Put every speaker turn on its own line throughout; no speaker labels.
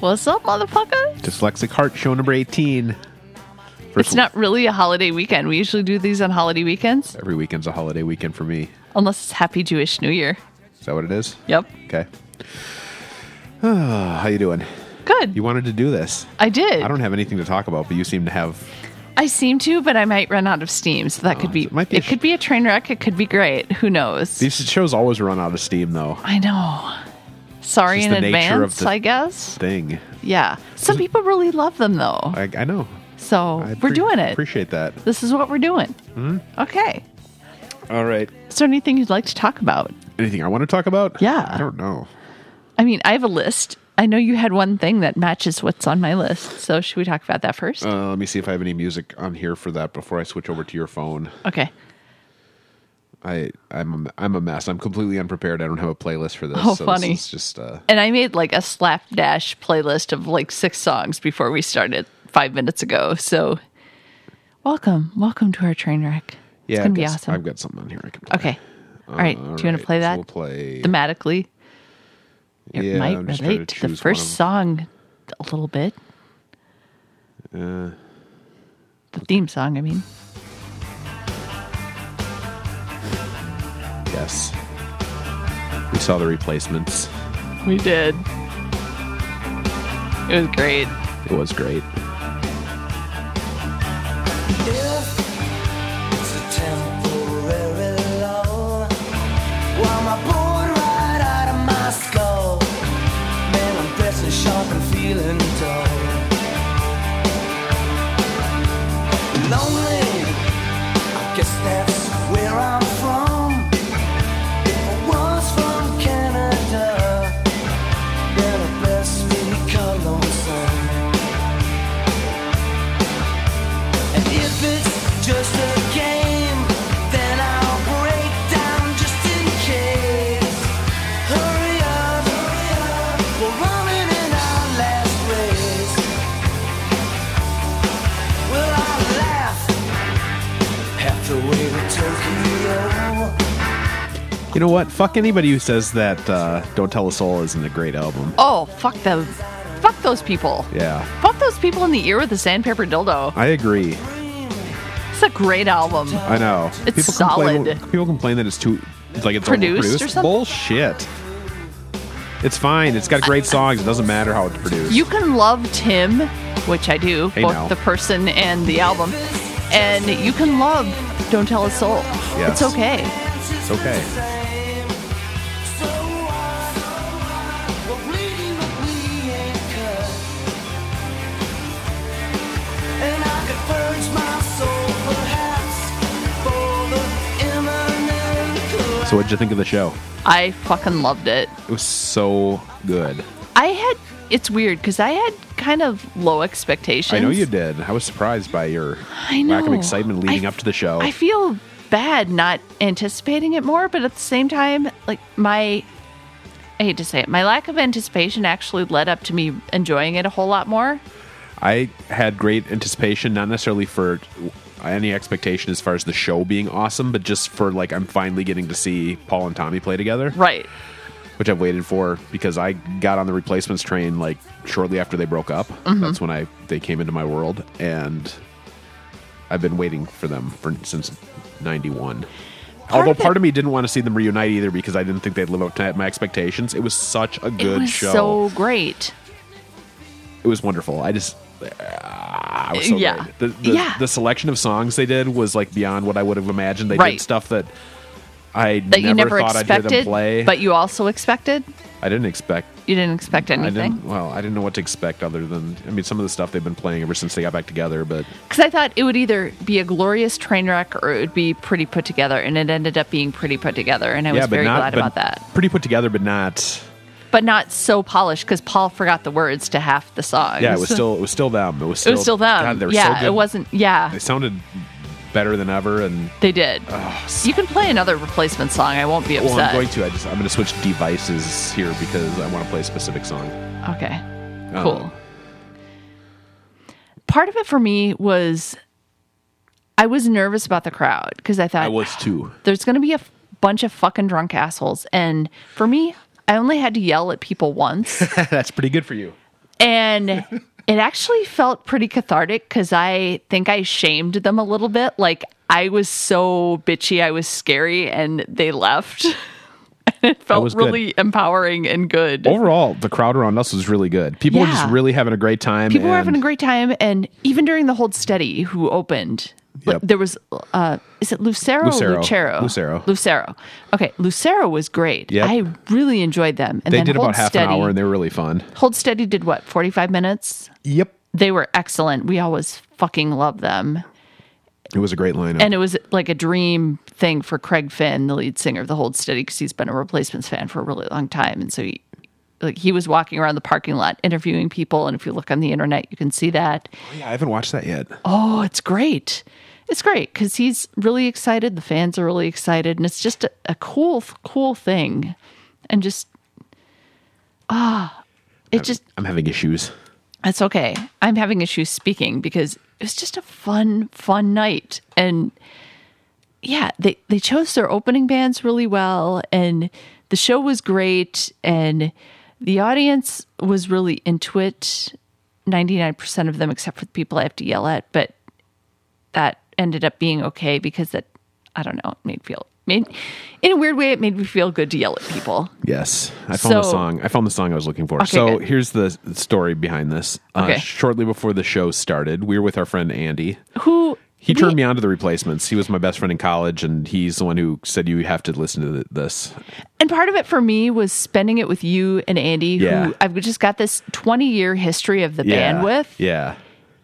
What's up, motherfucker?
Dyslexic Heart Show number 18. First,
It's not really a holiday weekend. We usually do these on holiday weekends,
Every weekend's a holiday weekend for me.
unless it's Happy Jewish New Year.
Is that what it is?
Yep.
Okay. Ah, how you doing?
Good.
You wanted to do this.
I did.
I
I,
don't have anything to talk about, but you seem to have.
seem to, but I might run out of steam. So that could be.
Uh, it
It,
might be a sh-
could be a train wreck. It could be great. Who knows?
These shows always run out of steam, though.
I know. Sorry
It's
in
just the nature of
advance,
the-
I guess.
Thing.
Yeah. Some people really love them though.
I, I know.
So
I Hmm?
we're
pre-
doing it.
Appreciate that.
This is what we're doing. Okay.
All right.
Is there anything you'd like to talk about?
Anything I want to talk about?
Yeah.
I don't know.
I mean, I have a list. I know you had one thing that matches what's on my list. So should we talk about that first?
Uh, let me see if I have any music on here for that before I switch over to your phone.
okay.
I I'm a, I'm a mess. I'm completely unprepared. I don't have a playlist for this.
Oh,
so
funny.
This is just uh,
And I made like a slapdash playlist of like six songs before we started five minutes ago. So welcome. Welcome to our train wreck.
yeah.
it's going
I
to be
guess
awesome.
I've got something on here. I can play.
Okay. All right. Do you want to play
so
that
we'll play.
thematically? It
Yeah,
might
I'm just trying
relate
to
to the
choose
first
one of-
song a little bit.
Uh.
the theme song, I mean.
yes. We saw the replacements.
We did. It was great.
It was great.
If it's a temporary lull, while my bored right out of my skull, man, I'm dressing sharp and feeling dull. Lonely, I guess that's where I'm from. If I was from Canada, then I'd best be Cologne. And if it's just a game, then I'll break down just in case. Hurry up, hurry up, we're running in our last race. Well, I laugh half the way to Tokyo.
You know what? Fuck anybody who says that uh, "Don't Tell a Soul" isn't a great album.
Oh, fuck them. Fuck those people.
Yeah,
Fuck those people in the ear with the sandpaper dildo.
I agree.
It's a great album.
I know.
It's
Complain,
solid.
people complain that it's too like it's
Produced
overproduced.
or something?
Bullshit. It's fine. It's got great songs. It doesn't matter how it's produced.
You can love Tim, which I do,
Hey,
both
now.
the person and the album. And you can love Don't Tell a Soul.
Yes.
It's okay.
it's okay.
So oh, what? We're bleeding, but we ain't cut. And I could purge my soul, perhaps, for the imminent collapse.
So what'd you think of the show?
I fucking loved it.
It was so good.
I had it's weird because I had kind of low expectations.
I know you did. I was surprised by your
I
lack of
know.
excitement leading
I-
up to the show.
I feel bad not anticipating it more, but at the same time, like my I hate to say it, my lack of anticipation actually led up to me enjoying it a whole lot more.
I had great anticipation, not necessarily for any expectation as far as the show being awesome, but just for like I'm finally getting to see Paul and Tommy play together,
Right.
which I've waited for because I got on the replacements train like shortly after they broke up.
Mm-hmm.
That's when I they came into my world, and I've been waiting for them for since '91. Although
of it-
part of me didn't want to see them reunite either because I didn't think they'd live up to my expectations. It was such a
it
good
was
show.
so great.
it was wonderful. I just ah, it was so
Yeah.
great. The, the,
Yeah.
the selection of songs they did was like beyond what I would have imagined. They
Right.
did stuff that I
That
never,
you never
thought I'd hear
expected,
them play.
but you also expected.
I didn't expect.
You didn't expect
I
anything.
didn't. Well, I didn't know what to expect other than I mean some of the stuff they've been playing ever since they got back together. But
Because I thought it would either be a glorious train wreck or it would be pretty put together, and it ended up being pretty put together, and I
yeah,
was
but
very
not
glad
but
about that.
Pretty put together, but not.
But not so polished because Paul forgot the words to half the songs.
Yeah, it was still it was still them. It was
it
still,
was still them.
God, they were
yeah,
so good.
it wasn't. Yeah,
They sounded better than ever, and
they did. you can play another replacement song. I won't be
well,
upset.
I'm going to. I just I'm going to switch devices here because I want to play a specific song.
okay,
Um,
cool. Part of it for me was I was nervous about the crowd because I thought
I was too.
there's going to be a f- bunch of fucking drunk assholes, and for me, I only had to yell at people once.
That's pretty good for you.
and it actually felt pretty cathartic because I think I shamed them a little bit. Like I was so bitchy, I was scary, and they left. and it felt
was good.
really empowering and good.
Overall, the crowd around us was really good. People were just
Yeah.
really having a great time.
People were
and-
having a great time, and even during the hold steady, who opened,
Yep.
there was uh, is it Lucero, or
Lucero.
Lucero,
Lucero.
Lucero. Okay, Lucero was great.
Yep.
I really enjoyed them. And
They
then
did
hold
about half
steady,
an hour and they were really fun.
hold steady did what forty five minutes.
Yep.
They were excellent. We always fucking love them,
It was a great lineup.
and it was like a dream thing for Craig Finn, the lead singer of the Hold Steady, because he's been a replacements fan for a really long time, and so he. Like he was walking around the parking lot interviewing people, and if you look on the internet, you can see that.
Oh, yeah, I haven't watched that yet.
Oh, it's great. It's great because he's really excited. The fans are really excited. And it's just a, a cool, cool thing. And just, ah, it just,
I'm having issues.
that's okay. I'm having issues speaking because it was just a fun, fun night. And yeah, they, they chose their opening bands really well. And the show was great. And the audience was really into it 99% of them, except for the people I have to yell at. But that ended up being okay because that, I don't know, it made feel. Made, in a weird way, it made me feel good to yell at people.
Yes, I found the
So-
song. I found the song I was looking for.
Okay,
so
good.
here's the story behind this. Uh,
Okay.
Shortly before the show started, we were with our friend Andy.
Who
He
we-
turned me on to the replacements. He was my best friend in college, and he's the one who said you have to listen to th- this.
And part of it for me was spending it with you and Andy,
Yeah.
who I've just got this 20 year history of the
Yeah.
band with.
Yeah,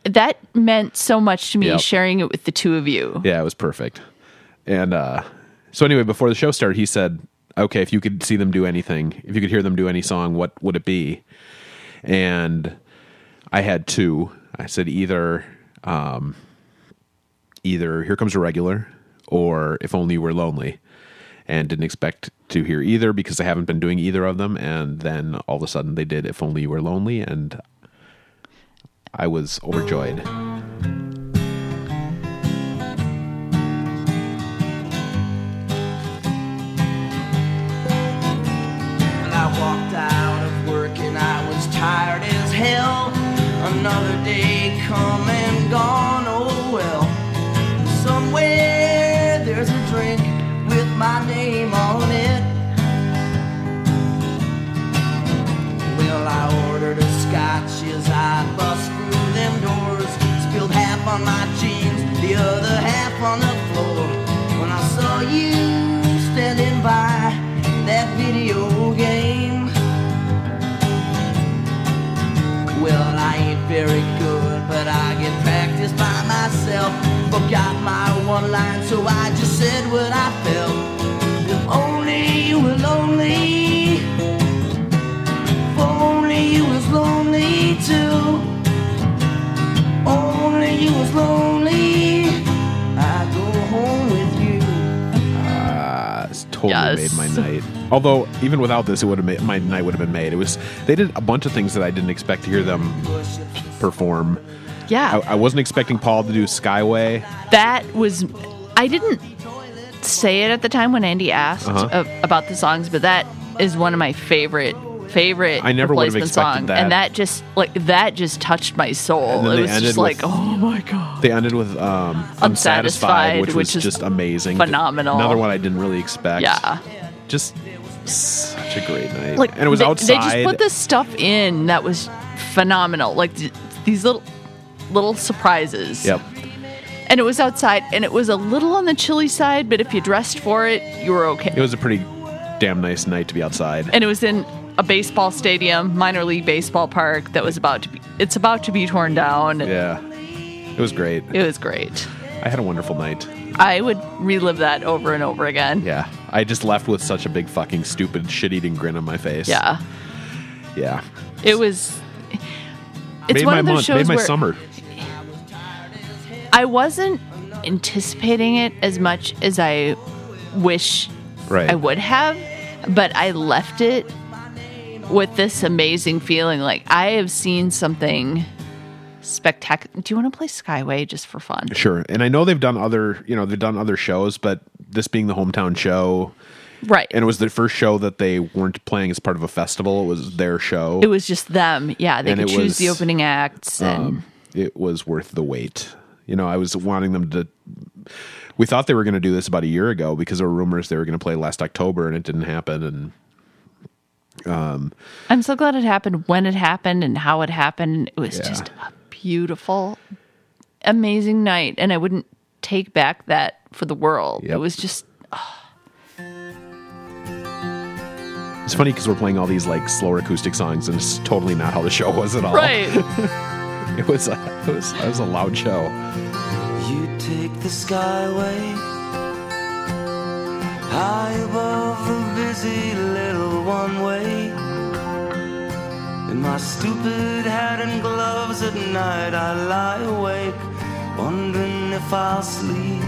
That meant so much to me
Yep.
sharing it with the two of you.
yeah, it was perfect. And uh, so anyway, before the show started, he said, "Okay, if you could see them do anything, if you could hear them do any song, what would it be?" And I had two. I said either um, either Here Comes a Regular or If Only You Were Lonely. And didn't expect to hear either because I haven't been doing either of them. And then all of a sudden they did If Only You Were Lonely. And I was overjoyed.
And I walked out of work and I was tired as hell. Another day come and gone, oh well. Somewhere there's a drink with my name on it. Well, I ordered a scotch as I bust through them doors. Spilled half on my jeans, the other half on the floor. When I saw you standing by that video game. Well, I ain't very good, but I get practice by myself. Forgot my one line, so I just said what I felt. If only you were lonely. If only you was lonely too. Only you was lonely. I go home with you.
Uh, it's totally
Yes.
made my night. Although even without this, it would have made my night would have been made. It was they did a bunch of things that I didn't expect to hear them
Push it to
perform. I,
Yeah.
I wasn't expecting Paul to do Skyway.
that was, I didn't say it at the time when Andy asked
Uh-huh.
a- about the songs, but that is one of my favorite favorite
I never would have
replacement
expected
song
that.
and that just like that just touched my soul
And then
it
they
was
ended
just like
with-
oh my god
They ended with um, Unsatisfied,
Unsatisfied,
which,
which
was
is
just amazing,
phenomenal.
Another one I didn't really expect.
yeah
just such a great night.
like
and it was
they,
outside.
They just put this stuff in that was phenomenal. Like th- these little little surprises.
Yep.
And it was outside, and it was a little on the chilly side, but if you dressed for it, you were okay.
It was a pretty damn nice night to be outside.
and it was in a baseball stadium, minor league baseball park that was about to be. It's about to be torn down. and
yeah, it was great.
It was great.
I had a wonderful night.
I would relive that over and over again.
Yeah, I just left with such a big fucking stupid shit-eating grin on my face.
Yeah.
yeah.
It was. It's
made
one
my
of those
month,
shows
made my
where
summer.
I wasn't anticipating it as much as I wish
Right.
I would have, but I left it with this amazing feeling like I have seen something spectacular. Do you want to play Skyway just for fun?
Sure. And I know they've done other, you know, they've done other shows, but this being the hometown show,
Right.
And it was the first show that they weren't playing as part of a festival. It was their show.
It was just them. Yeah, they
And
could
it
choose the
was,
opening acts and
um, it was worth the wait. You know, I was wanting them to. We thought they were going to do this about a year ago because there were rumors they were going to play last October, and it didn't happen. And
I'm so glad it happened when it happened and how it happened. It was
Yeah.
just a beautiful, amazing night, and I wouldn't take back that for the world. It
Yep.
was just
it's funny because we're playing all these like slower acoustic songs, and it's totally not how the show was at all. It was. A, it was. It was a loud show.
You take the skyway high above the busy little one way. In my stupid hat and gloves at night, I lie awake, wondering if I'll sleep.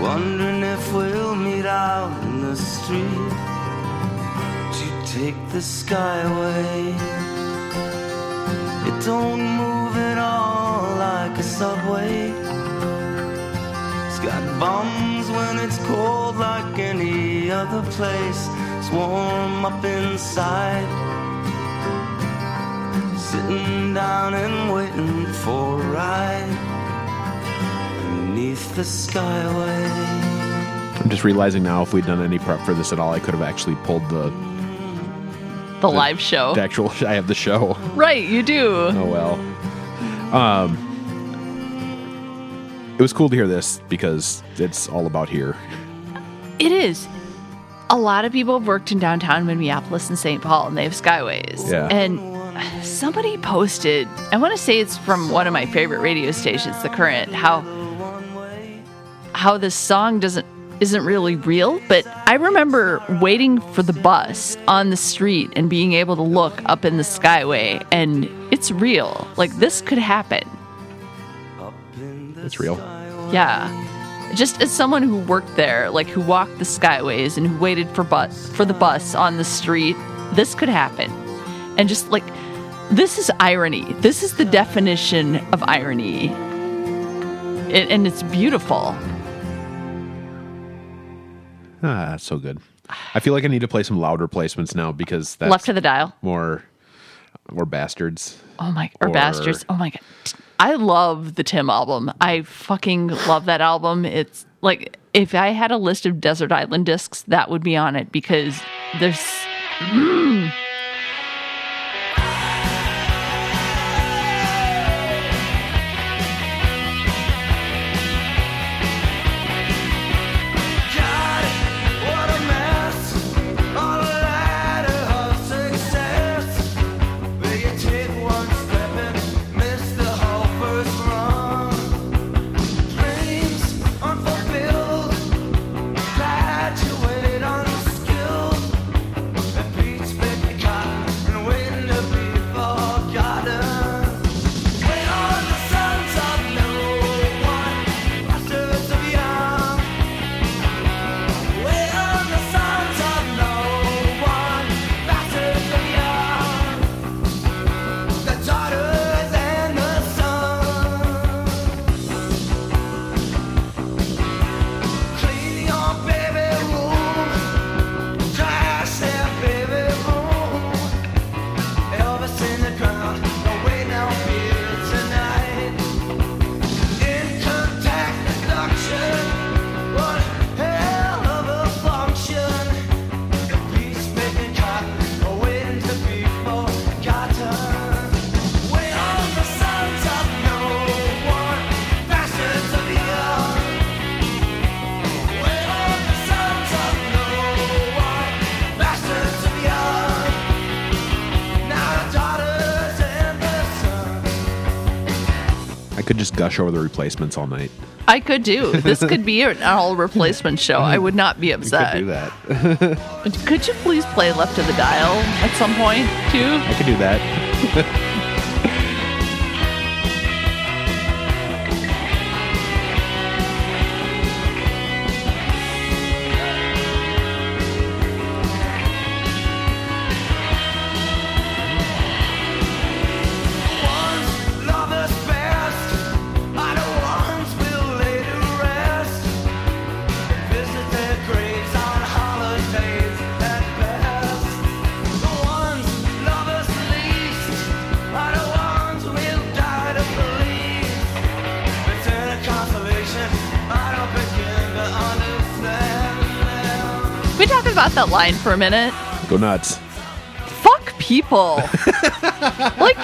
Wondering if we'll meet out in the street. You take the skyway. It don't move at all like a subway. It's got bums when it's cold like any other place. It's warm up inside. Sitting down and waiting for a ride beneath the skyway.
I'm just realizing now if we'd done any prep for this at all, I could have actually pulled the,
the, live show.
the actual. I have the show.
Right, you do.
Oh well. Um, it was cool to hear this because it's all about here.
It is. A lot of people have worked in downtown Minneapolis and St. Paul, and they have skyways.
Yeah.
And somebody posted, I want to say it's from one of my favorite radio stations, The Current, how
One way.
how this song doesn't isn't really real, but I remember waiting for the bus on the street and being able to look up in the skyway and it's real. Like this could happen.
Up in the
It's real. Ah,
skyway.
Yeah. Just as someone who worked there, like who walked the skyways and who waited for bus for the bus on the street, this could happen. And just like this is irony. This is the definition of irony. It, and it's beautiful.
Ah, that's so good. I feel like I need to play some loud replacements now because that's
Left to the dial.
more or bastards.
Oh my, or,
Or-
Bastards. Oh my God. I love the Tim album. I fucking love that album. It's like, if I had a list of Desert Island discs, that would be on it because there's. Mm.
God, what a mess! On a ladder of success, where you take one step and miss the whole first run. Dreams unfulfilled, graduated unskilled, and beats been cotton and waiting to be forgotten. When all the sons of no one, masters of young. We're the sons of no one, bastards of young, the daughters and the sons. Clean your baby room, trash their baby room. Elvis in the ground, no way now here tonight. In contact deduction, what a hell of a function. The peace making cotton, a waiting to be forgotten. When all the sons of no one, bastards of young. When all the sons of no one, bastards of young. Now the daughters and the sons.
I could just gush over the replacements all night.
I could do. This could be an all replacement show. I would not be
We
upset.
could do that.
Could you please play Left to the Dial at some point, too?
I could do that.
One's love is best, other ones will lay to rest. Visit their
caught that line for a minute.
Go nuts.
Fuck people. like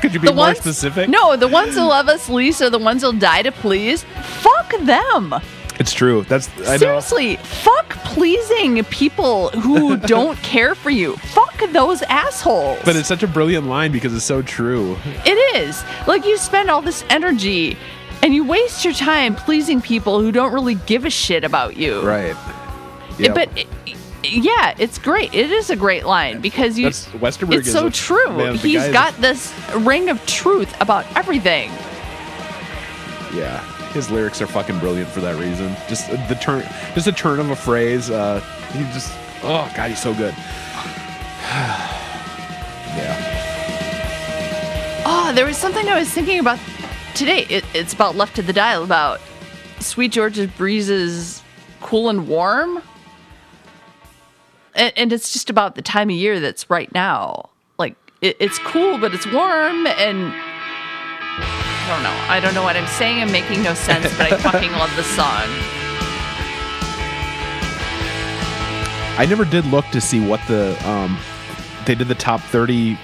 Could you be
the
more
ones
specific?
No, the ones who love us least are the ones who'll die to please. Fuck them.
It's true. That's I know.
Seriously, fuck pleasing people who don't care for you. Fuck those assholes.
But it's such a brilliant line because it's so true.
It is. Like you spend all this energy and you waste your time pleasing people who don't really give a shit about you.
Right.
It- But it- yeah, it's great. It is a great line because you
That's- Westerberg
It's
is
so
a-
true.
man, the guy
He's
is-
got this ring of truth about everything.
yeah, his lyrics are fucking brilliant for that reason. Just the turn, just a turn of a phrase. Uh, he just oh god, he's so good. yeah.
Oh, there was something I was thinking about today. It, it's about Left to the Dial, about Sweet George's breezes cool and warm. And, and it's just about the time of year that's right now. Like, it, it's cool, but it's warm, and I don't know. I don't know what I'm saying. I'm making no sense, but I fucking love the song.
I never did look to see what the um, they did the top thirty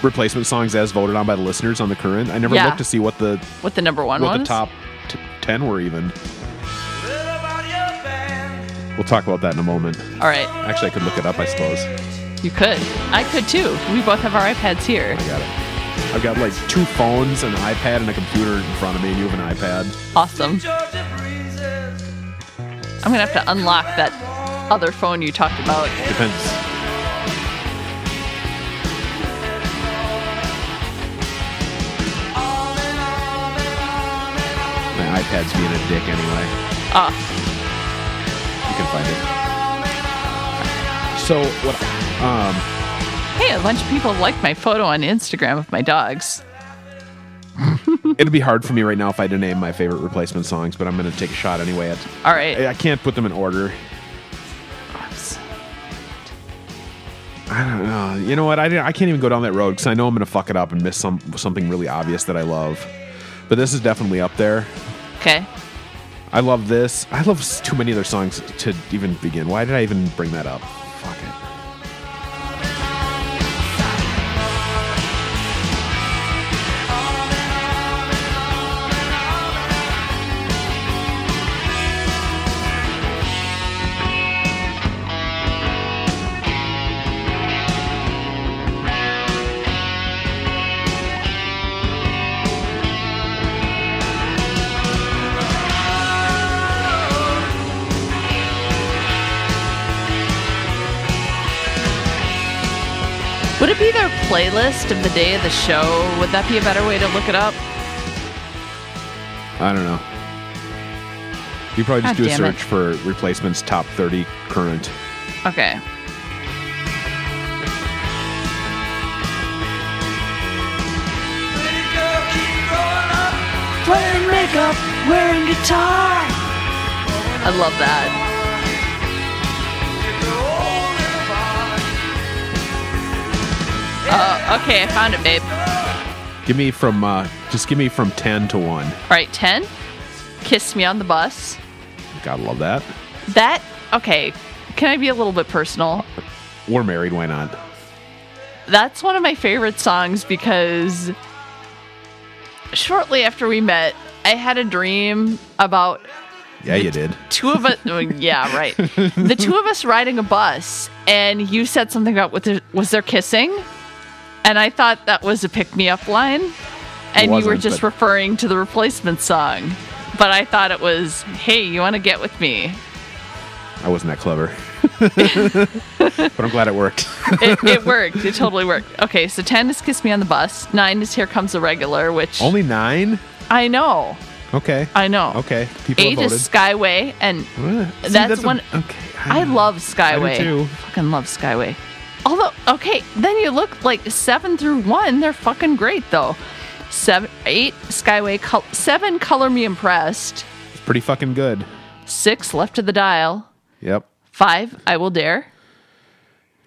replacement songs as voted on by the listeners on the current. I never
Yeah.
looked to see what the
What the number one
what
was?
the top t- ten were even.
What about your band?
We'll talk about that in a moment.
All right,
Actually, I could look it up, I suppose.
you could. I could too. We both have our iPads here.
I got it. I've got like two phones, an iPad, and a computer in front of me. and You have an iPad.
Awesome.
Georgia breezes.
I'm gonna have to unlock that other phone you talked about.
Depends. My iPad's being a dick anyway.
Ah,
You can find it. So what? Um,
Hey, a bunch of people liked my photo on Instagram of my dogs.
it'd be hard for me right now if I had to name my favorite replacement songs, but I'm gonna take a shot anyway. At,
All right.
I I can't put them in order. I don't know. Uh, You know what? I, didn't- I can't even go down that road because I know I'm going to fuck it up and miss some something really obvious that I love. But this is definitely up there.
Okay.
I love this. I love s- too many other songs to even begin. Why did I even bring that up? Fuck it.
Would it be their playlist of the day of the show? Would that be a better way to look it up?
I don't know. You probably just
God
do a
Ah, damn it.
search for replacements top 30 current.
Okay.
Pretty girl, keep growing up.
Playing makeup, wearing guitar. I love that.
If you're old and
Uh,
fine,
okay, I found it, babe.
Give me from uh, just give me from 10 to 1.
All right, 10. Kiss Me on the Bus.
Gotta love that.
That, okay, can I be a little bit personal?
We're married. Why not?
That's one of my favorite songs because shortly after we met, I had a dream about
Yeah, you did.
two of us oh, yeah right the two of us riding a bus and you said something about was there, was there kissing and i thought that was a pick-me-up line and you were
wasn't,
just
but-
referring to the replacement song but i thought it was hey you want to get with me
I wasn't that clever. but I'm glad it worked.
it, it worked it totally worked okay so 10 is kiss me on the bus 9 is here comes the regular which
Only nine?
i know
Okay.
i know
Okay. People have
eight
voted.
is skyway and
Eh, see,
that's
a-
one-
okay.
I love Skyway.
Mm. too.
Fucking love Skyway. Although, okay, then you look like seven through one, they're fucking great though. Seven, eight, Skyway, col- seven, Color Me Impressed,
It's pretty fucking good.
six, Left to the Dial,
Yep.
five, I Will Dare.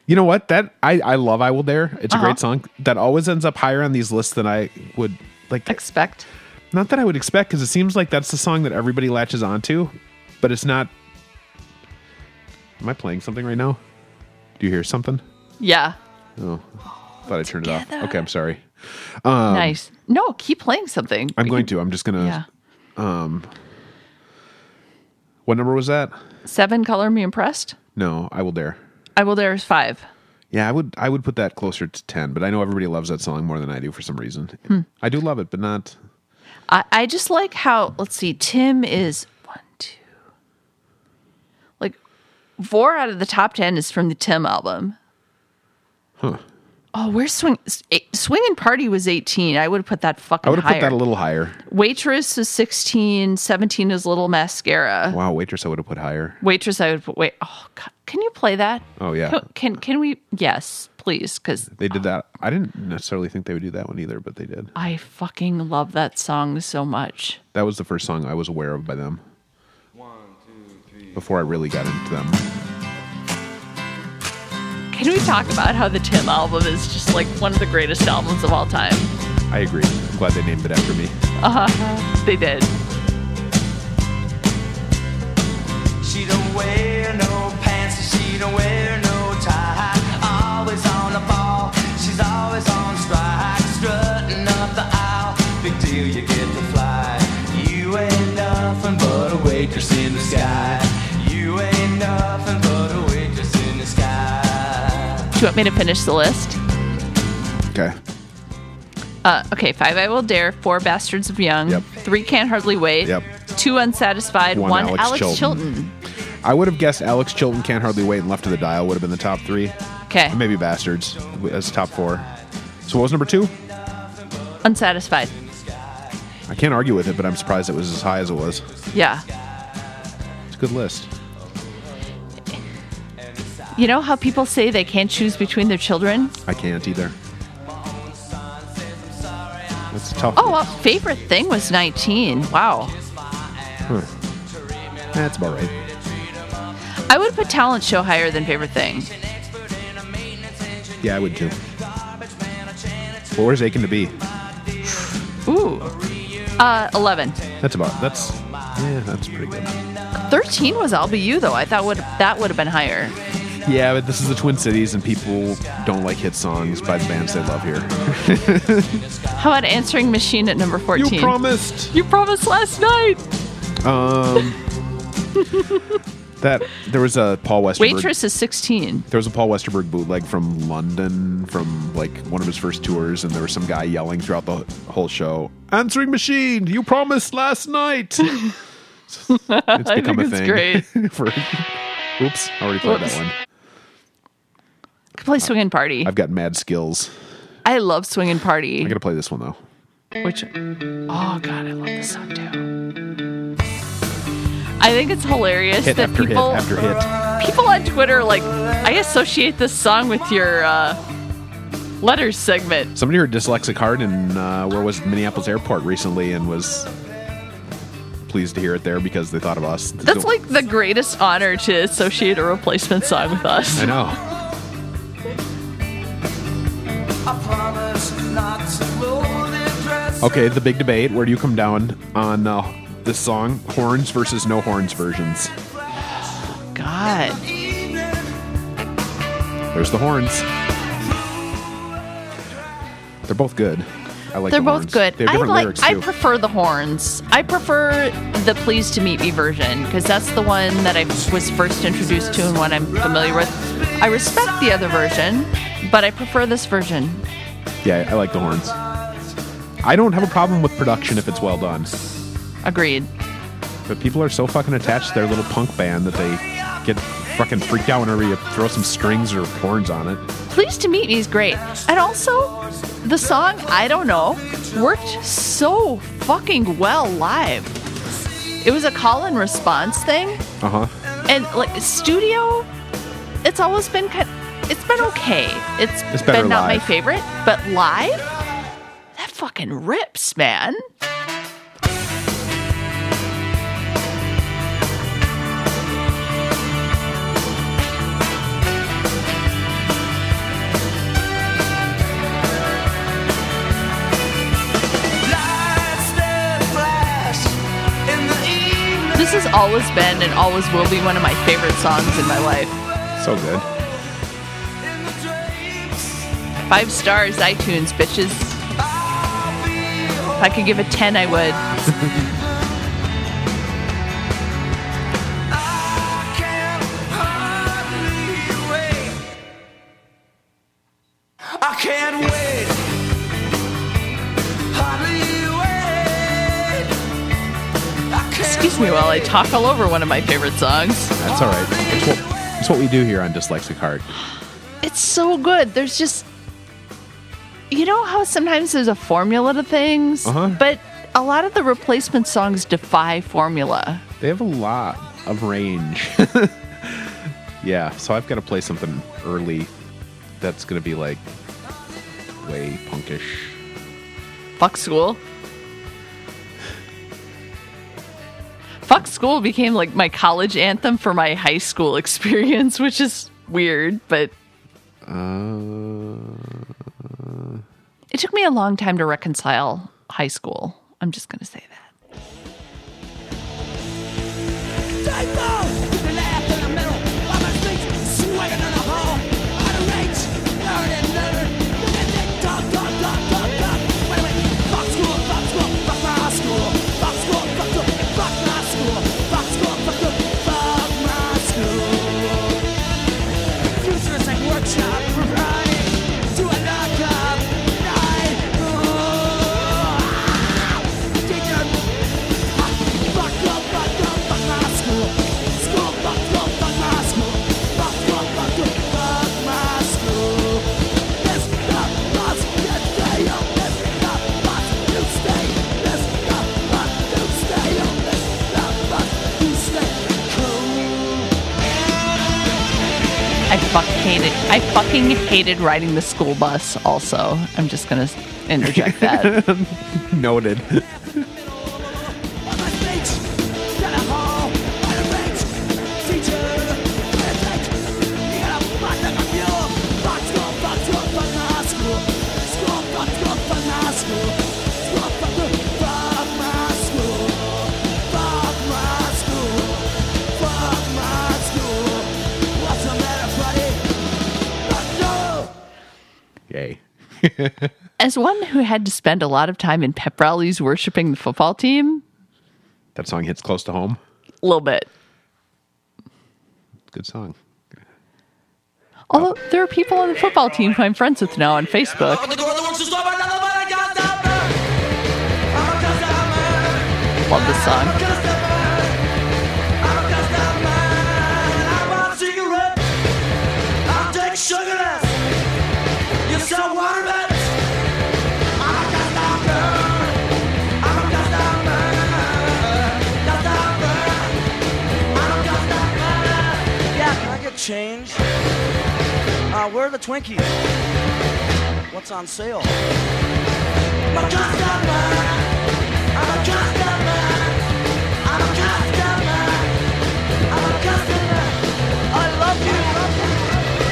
You know what? That I I love. I will dare. It's
Uh-huh.
a great song that always ends up higher on these lists than I would like.
Expect.
not that I would expect, because it seems like that's the song that everybody latches onto, but it's not Am I playing something right now? Do you hear something?
Yeah.
Oh, thought I turned it
together.
off. Okay, I'm sorry.
nice. No, keep playing something.
Um, I'm
We
going
can-
to. I'm just gonna.
Yeah.
What number was that?
Seven color me impressed.
No, I will dare.
I will dare is five.
Yeah, I would. I would put that closer to ten, but I know everybody loves that song more than I do for some reason. I do love it, but not.
I, I just like how let's see, Tim is one, two. Like four out of the top ten is from the Tim album.
Huh.
Oh, where's swing? S- eight- Swing and party was eighteen. I would have put that fucking.
I would have
higher.
put that a little higher.
Waitress is 16, 17 is Little Mascara.
Wow, waitress, I would have put higher.
Waitress, I would put, wait. Oh, God. can you play that?
Oh, yeah.
Can can, can we? Yes, please, because
They did that. I didn't necessarily think they would do that one either, but they did.
I fucking love that song so much.
That was the first song I was aware of by them before I really got into them.
Can we talk about how the Tim album is just like one of the greatest albums of all time?
I agree. I'm glad they named it after me.
They did.
She don't wear no pants, and she don't wear no tie. Always on the ball, she's always on strike. Strutting up the aisle, big deal, you get to fly. You ain't nothing but a waitress in the sky. You ain't nothing but a waitress in the sky.
Do you want me to finish the list?
Okay.
Uh, okay, five I Will Dare, four Bastards of Young,
Yep.
three Can't Hardly Wait,
Yep.
two Unsatisfied,
One
one,
Alex
Alex,
Chilton.
Chilton.
I would have guessed Alex Chilton can't hardly wait and left to the dial would have been the top three.
Okay,
Maybe Bastards as top four. So what was number two?
Unsatisfied.
I can't argue with it, but I'm surprised it was as high as it was.
Yeah.
It's a good list.
You know how people say they can't choose between their children?
I can't either. That's tough.
Oh, well, favorite thing was 19. Wow.
That's about right.
I would put talent show higher than favorite thing.
Yeah, I would too. Well, where's Aiken to be?
Ooh. Uh, 11.
That's about. That's yeah. That's pretty good.
13 was I'll Be You, though. I thought would that would have been higher.
Yeah, but this is the Twin Cities, and people don't like hit songs by the bands they love here.
How about answering machine at number 14?
You promised.
You promised last night.
That there was a Paul Westerberg.
Waitress is 16.
There was a Paul Westerberg bootleg from London from like one of his first tours, and there was some guy yelling throughout the whole show, "Answering machine, you promised last night." it's become a
it's
thing.
great.
for, oops, I already played
Whoops.
that one.
Could play swing and party.
I've got mad skills.
I love swing and party.
I gotta play this one though.
Which, oh god, I love this song too. I think it's hilarious
Hit
that
after
people
hit after hit.
people on Twitter like I associate this song with your uh, letters segment.
Somebody heard dyslexic heart in uh, where was it, Minneapolis Airport recently, and was pleased to hear it there because they thought of us.
That's like the greatest honor to associate a replacement song with us.
I know.
I promise not to blow the dress.
Okay, the big debate. Where do you come down on uh, this song, horns versus no horns versions?
God,
There's the horns. They're both good. I like.
they're
the
both
horns.
good.
They have
I
different
like.
lyrics
I
too.
prefer the horns. I prefer the "Please to Meet Me" version because that's the one that I was first introduced to and one I'm familiar with. I respect the other version, but I prefer this version.
yeah, I like the horns. I don't have a problem with production if it's well done,
Agreed.
but people are so fucking attached to their little punk band that they get fucking freaked out whenever you throw some strings or horns on it.
Pleased to Meet Me is great. And also, the song I Don't Know worked so fucking well live. It was a call and response thing.
Uh huh.
And like studio, it's always been kind it's been okay. It's,
It's better
been not my
live.
favorite, but live? That fucking rips, man. This has always been and always will be one of my favorite songs in my life.
So good.
Five stars iTunes, bitches. If I could give a 10, I would.
I can't wait. Hardly wait. I can't
Excuse me while I talk all over one of my favorite songs.
That's all right. It's what, it's what we do here on Dyslexic Heart.
It's so good. There's just. You know how sometimes there's a formula to things?
Uh-huh.
But a lot of the replacement songs defy formula.
They have a lot of range. yeah, so I've got to play something early that's going to be like way punkish.
Fuck school. Fuck school became like my college anthem for my high school experience, which is weird, but
Uh,
it took me a long time to reconcile high school. I'm just going to say that.
Workshop provided to a lockup night. Oh, teacher
I fuck hated. I fucking hated riding the school bus. Also, I'm just gonna interject that.
noted. Yay.
As one who had to spend a lot of time in pep rallies worshiping the football team,
That song hits close to home.
a little bit.
Good song.
Although there are people on the football team who I'm friends with now on Facebook. Love this song.
Change. Uh, where are the Twinkies? What's on sale? I'm a customer. I'm a customer. I'm a customer. I'm a customer. I love you.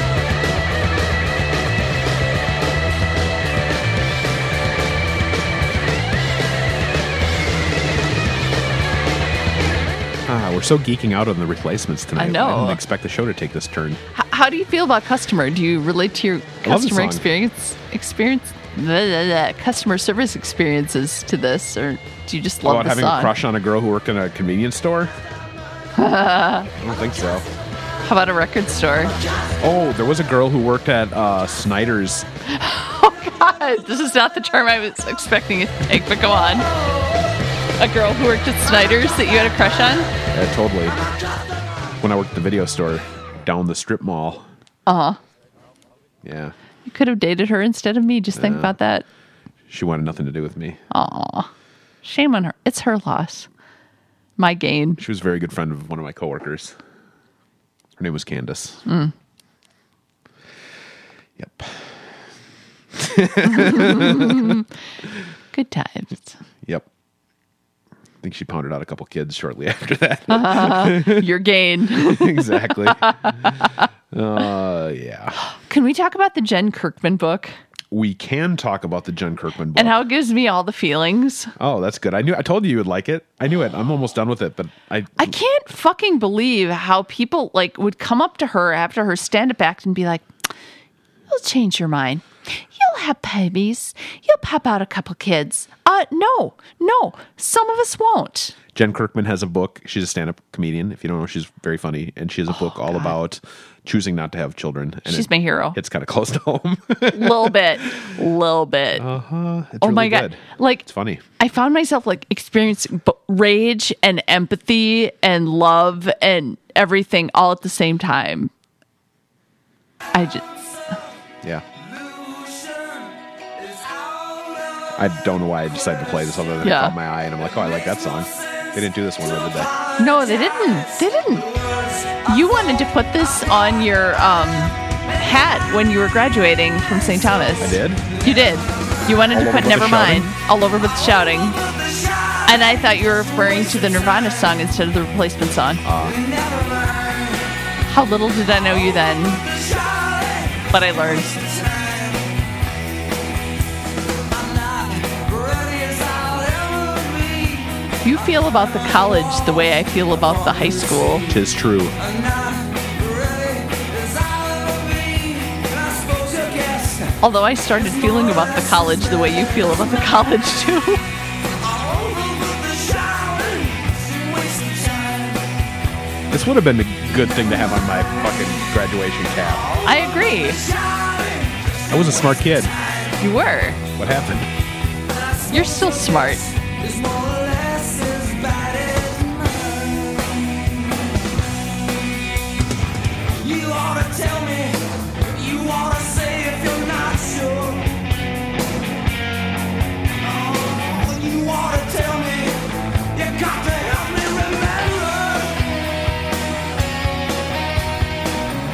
Ah, we're so geeking out on the replacements tonight.
I know.
I didn't expect the show to take this turn.
H- how do you feel about customer? Do you relate to your
I love the
customer
song.
experience experience blah, blah, blah, customer service experiences to this, or do you just love
About
the
having
song?
a crush on a girl who worked in a convenience store? I don't think so.
How about a record store?
Oh, there was a girl who worked at uh, Snyder's.
this is not the term I was expecting it to take, but go on. A girl who worked at Snyder's that you had a crush on?
Yeah, totally. When I worked at the video store down the strip mall. Uh huh.
Uh-huh.
Yeah.
You could have dated her instead of me. Just
Uh,
think about that.
She wanted nothing to do with me.
Uh. Shame on her. It's her loss. My gain.
She was a very good friend of one of my coworkers. Her name was Candace.
Mm.
Yep.
Good times.
Yep. I think she pounded out a couple kids shortly after that.
Your gain.
exactly. uh, yeah. Uh,
Can we talk about the Jen Kirkman book?
we can talk about the Jen Kirkman book.
and how it gives me all the feelings.
oh, that's good. I knew. I told you you would like it. I knew it. I'm almost done with it, but I.
I can't fucking believe how people like would come up to her after her stand up act and be like, You'll change your mind. You'll have babies. You'll pop out a couple kids. Uh no, no, some of us won't.
Jen Kirkman has a book. She's a stand-up comedian. If you don't know, she's very funny, and she has a book all about choosing not to have children. And
Oh, She's my hero.
It's kind of close to home.
Little bit. Little bit.
It's
oh my
really
god.
good.
Like
it's funny.
I found myself like experiencing b- rage and empathy and love and everything all at the same time. I just
Yeah,
Illusion is out of
I don't know why I decided to play this other than it
Yeah.
caught my eye, and I'm like, oh, I like that song. They didn't do this one the other day.
no, they didn't. They didn't. You wanted to put this on your um, hat when you were graduating from St. Thomas.
I did.
You did. You wanted
All
to
over with
put
the
"Never Mind"
shouting?
all over with shouting,
the shot.
and I thought you were referring to the Nirvana song instead of the replacement song.
Ah.
Never mind.
How little did I know you then,
Charlie.
but I learned. You feel about the college the way I feel about the high school.
Tis true.
Although I started feeling about the college the way you feel about the college too.
This would have been a good thing to have on my fucking graduation cap.
I agree.
I was a smart kid.
You were.
What happened?
You're still smart.
You ought to tell me, you ought to say if you're not sure. Oh, you ought to tell me, you got to help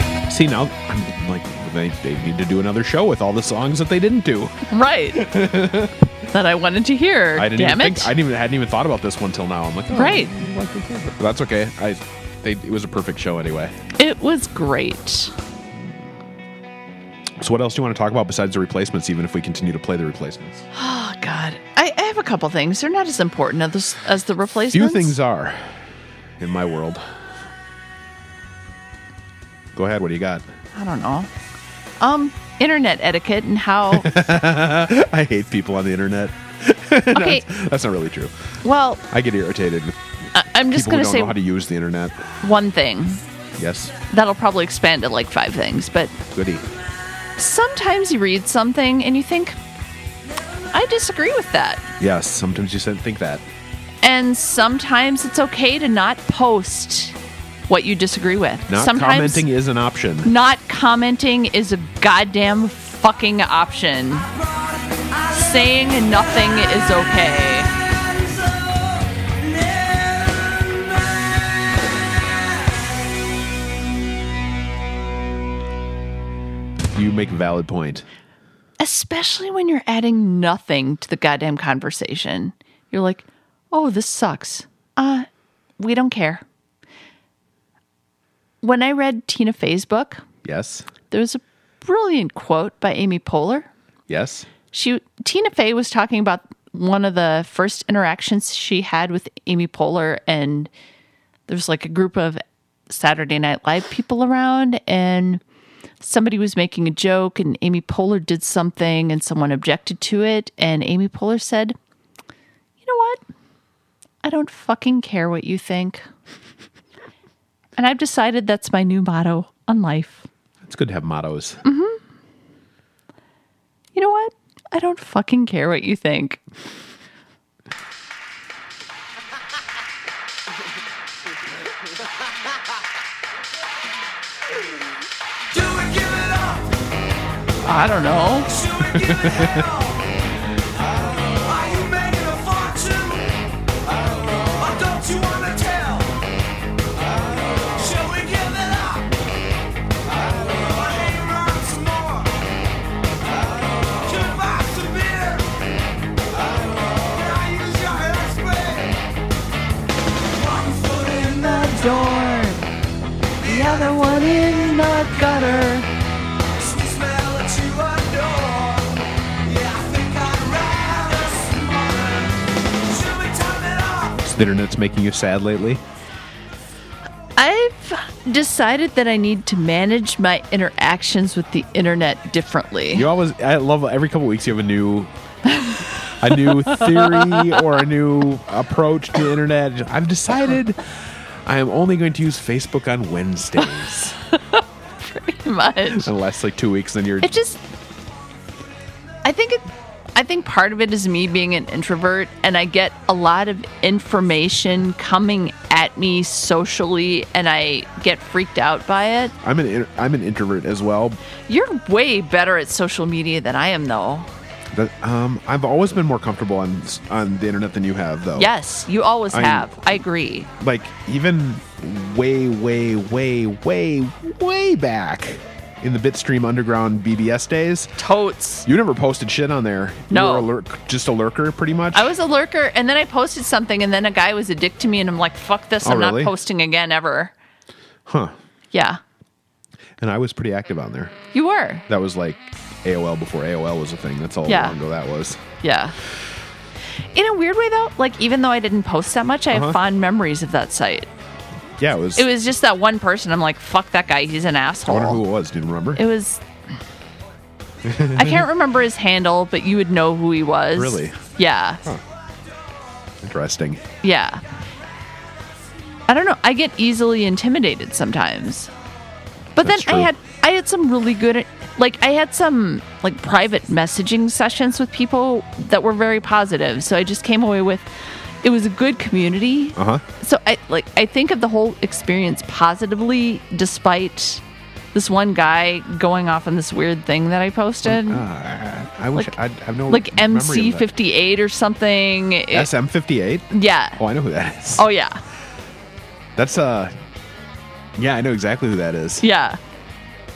me remember.
See now, I'm like they, they need to do another show with all the songs that they didn't do.
Right. that I wanted to hear.
I didn't
Damn
even
it.
think I didn't even, hadn't even thought about this one till now. I'm like, oh,
Right.
But that's okay. I they, it was a perfect show anyway.
It was great.
So what else do you want to talk about besides the replacements? Even if we continue to play the replacements,
Oh God. I, I have a couple things. They're not as important as, as the replacements.
few things are in my world. Go ahead. What do you got?
I don't know. Um, internet etiquette and how
I hate people on the internet.
Okay.
That's not really true.
well,
I get irritated with
I, I'm just
people who
gonna
don't
say
know how to use the internet.
one thing.
Yes,
That'll probably expand to like five things, but
goody.
sometimes you read something and you think, I disagree with that.
Yes, sometimes you think that.
And sometimes it's okay to not post what you disagree with.
Not
sometimes
commenting is an option.
not commenting is a goddamn fucking option. Saying nothing is okay.
You make a valid point.
especially when you're adding nothing to the goddamn conversation. You're like, oh, this sucks. Uh, we don't care. When I read Tina Fey's book,
Yes.
there was a brilliant quote by Amy Poehler.
Yes.
She Tina Fey was talking about one of the first interactions she had with Amy Poehler, and there's like a group of Saturday Night Live people around, and somebody was making a joke, and Amy Poehler did something, and someone objected to it, and Amy Poehler said, "You know what? I don't fucking care what you think." And I've decided that's my new motto on life.
It's good to have mottos.
Mm. you know what? I don't fucking care what you think.
Do it, give it up.
I don't know.
Should we give it hell? Are you making a fortune? Or don't you wanna tell? Shall we give it up? Or hang around some more? Could buy some beer? Can I use your hairspray? One foot in the
Door. The other one in the gutter.
smell that you adore.
The internet's making you sad lately.
I've decided that I need to manage my interactions with the internet differently.
You always, I love every couple weeks you have a new, a new theory or a new approach to the internet. I've decided I am only going to use Facebook on Wednesdays.
Pretty much.
And it lasts like two weeks, then you're
It just I think it I think part of it is me being an introvert and I get a lot of information coming at me socially and I get freaked out by it.
I'm an in- I'm an introvert as well.
You're way better at social media than I am though.
But, um, I've always been more comfortable on s- on the internet than you have, though.
Yes, you always
I'm-
have. I agree.
Like even way, way, way, way, way back in the Bitstream Underground BBS days,
Totes.
you never posted shit on there.
No.
you were a lurk, just a lurker, pretty much.
I was a lurker and then I posted something and then a guy was a dick to me and I'm like, fuck this,
Oh,
I'm
really?
not posting again ever.
huh?
Yeah.
And I was pretty active on there.
You were.
That was like AOL before AOL was a thing. That's all
Yeah.
long ago that was.
Yeah. In a weird way though, like even though I didn't post that much, I
Uh-huh.
have fond memories of that site.
Yeah, it was.
It was just that one person. I'm like, fuck that guy. He's an
I
asshole.
wonder who it was. Do you remember?
It was. I can't remember his handle, but you would know who he was.
Really?
Yeah.
Interesting.
Yeah. I don't know. I get easily intimidated sometimes. But
That's
then I
true.
had I had some really good like I had some like private messaging sessions with people that were very positive. So I just came away with it was a good community.
Uh huh.
So I like I think of the whole experience positively despite this one guy going off on this weird thing that I posted.
Oh Ah, I wish
Like-
I'd have no
like
memory of that.
MC58 or something. It-
SM58.
Yeah.
Oh, I know who that is.
Oh yeah.
That's uh Yeah, I know exactly who that is.
Yeah.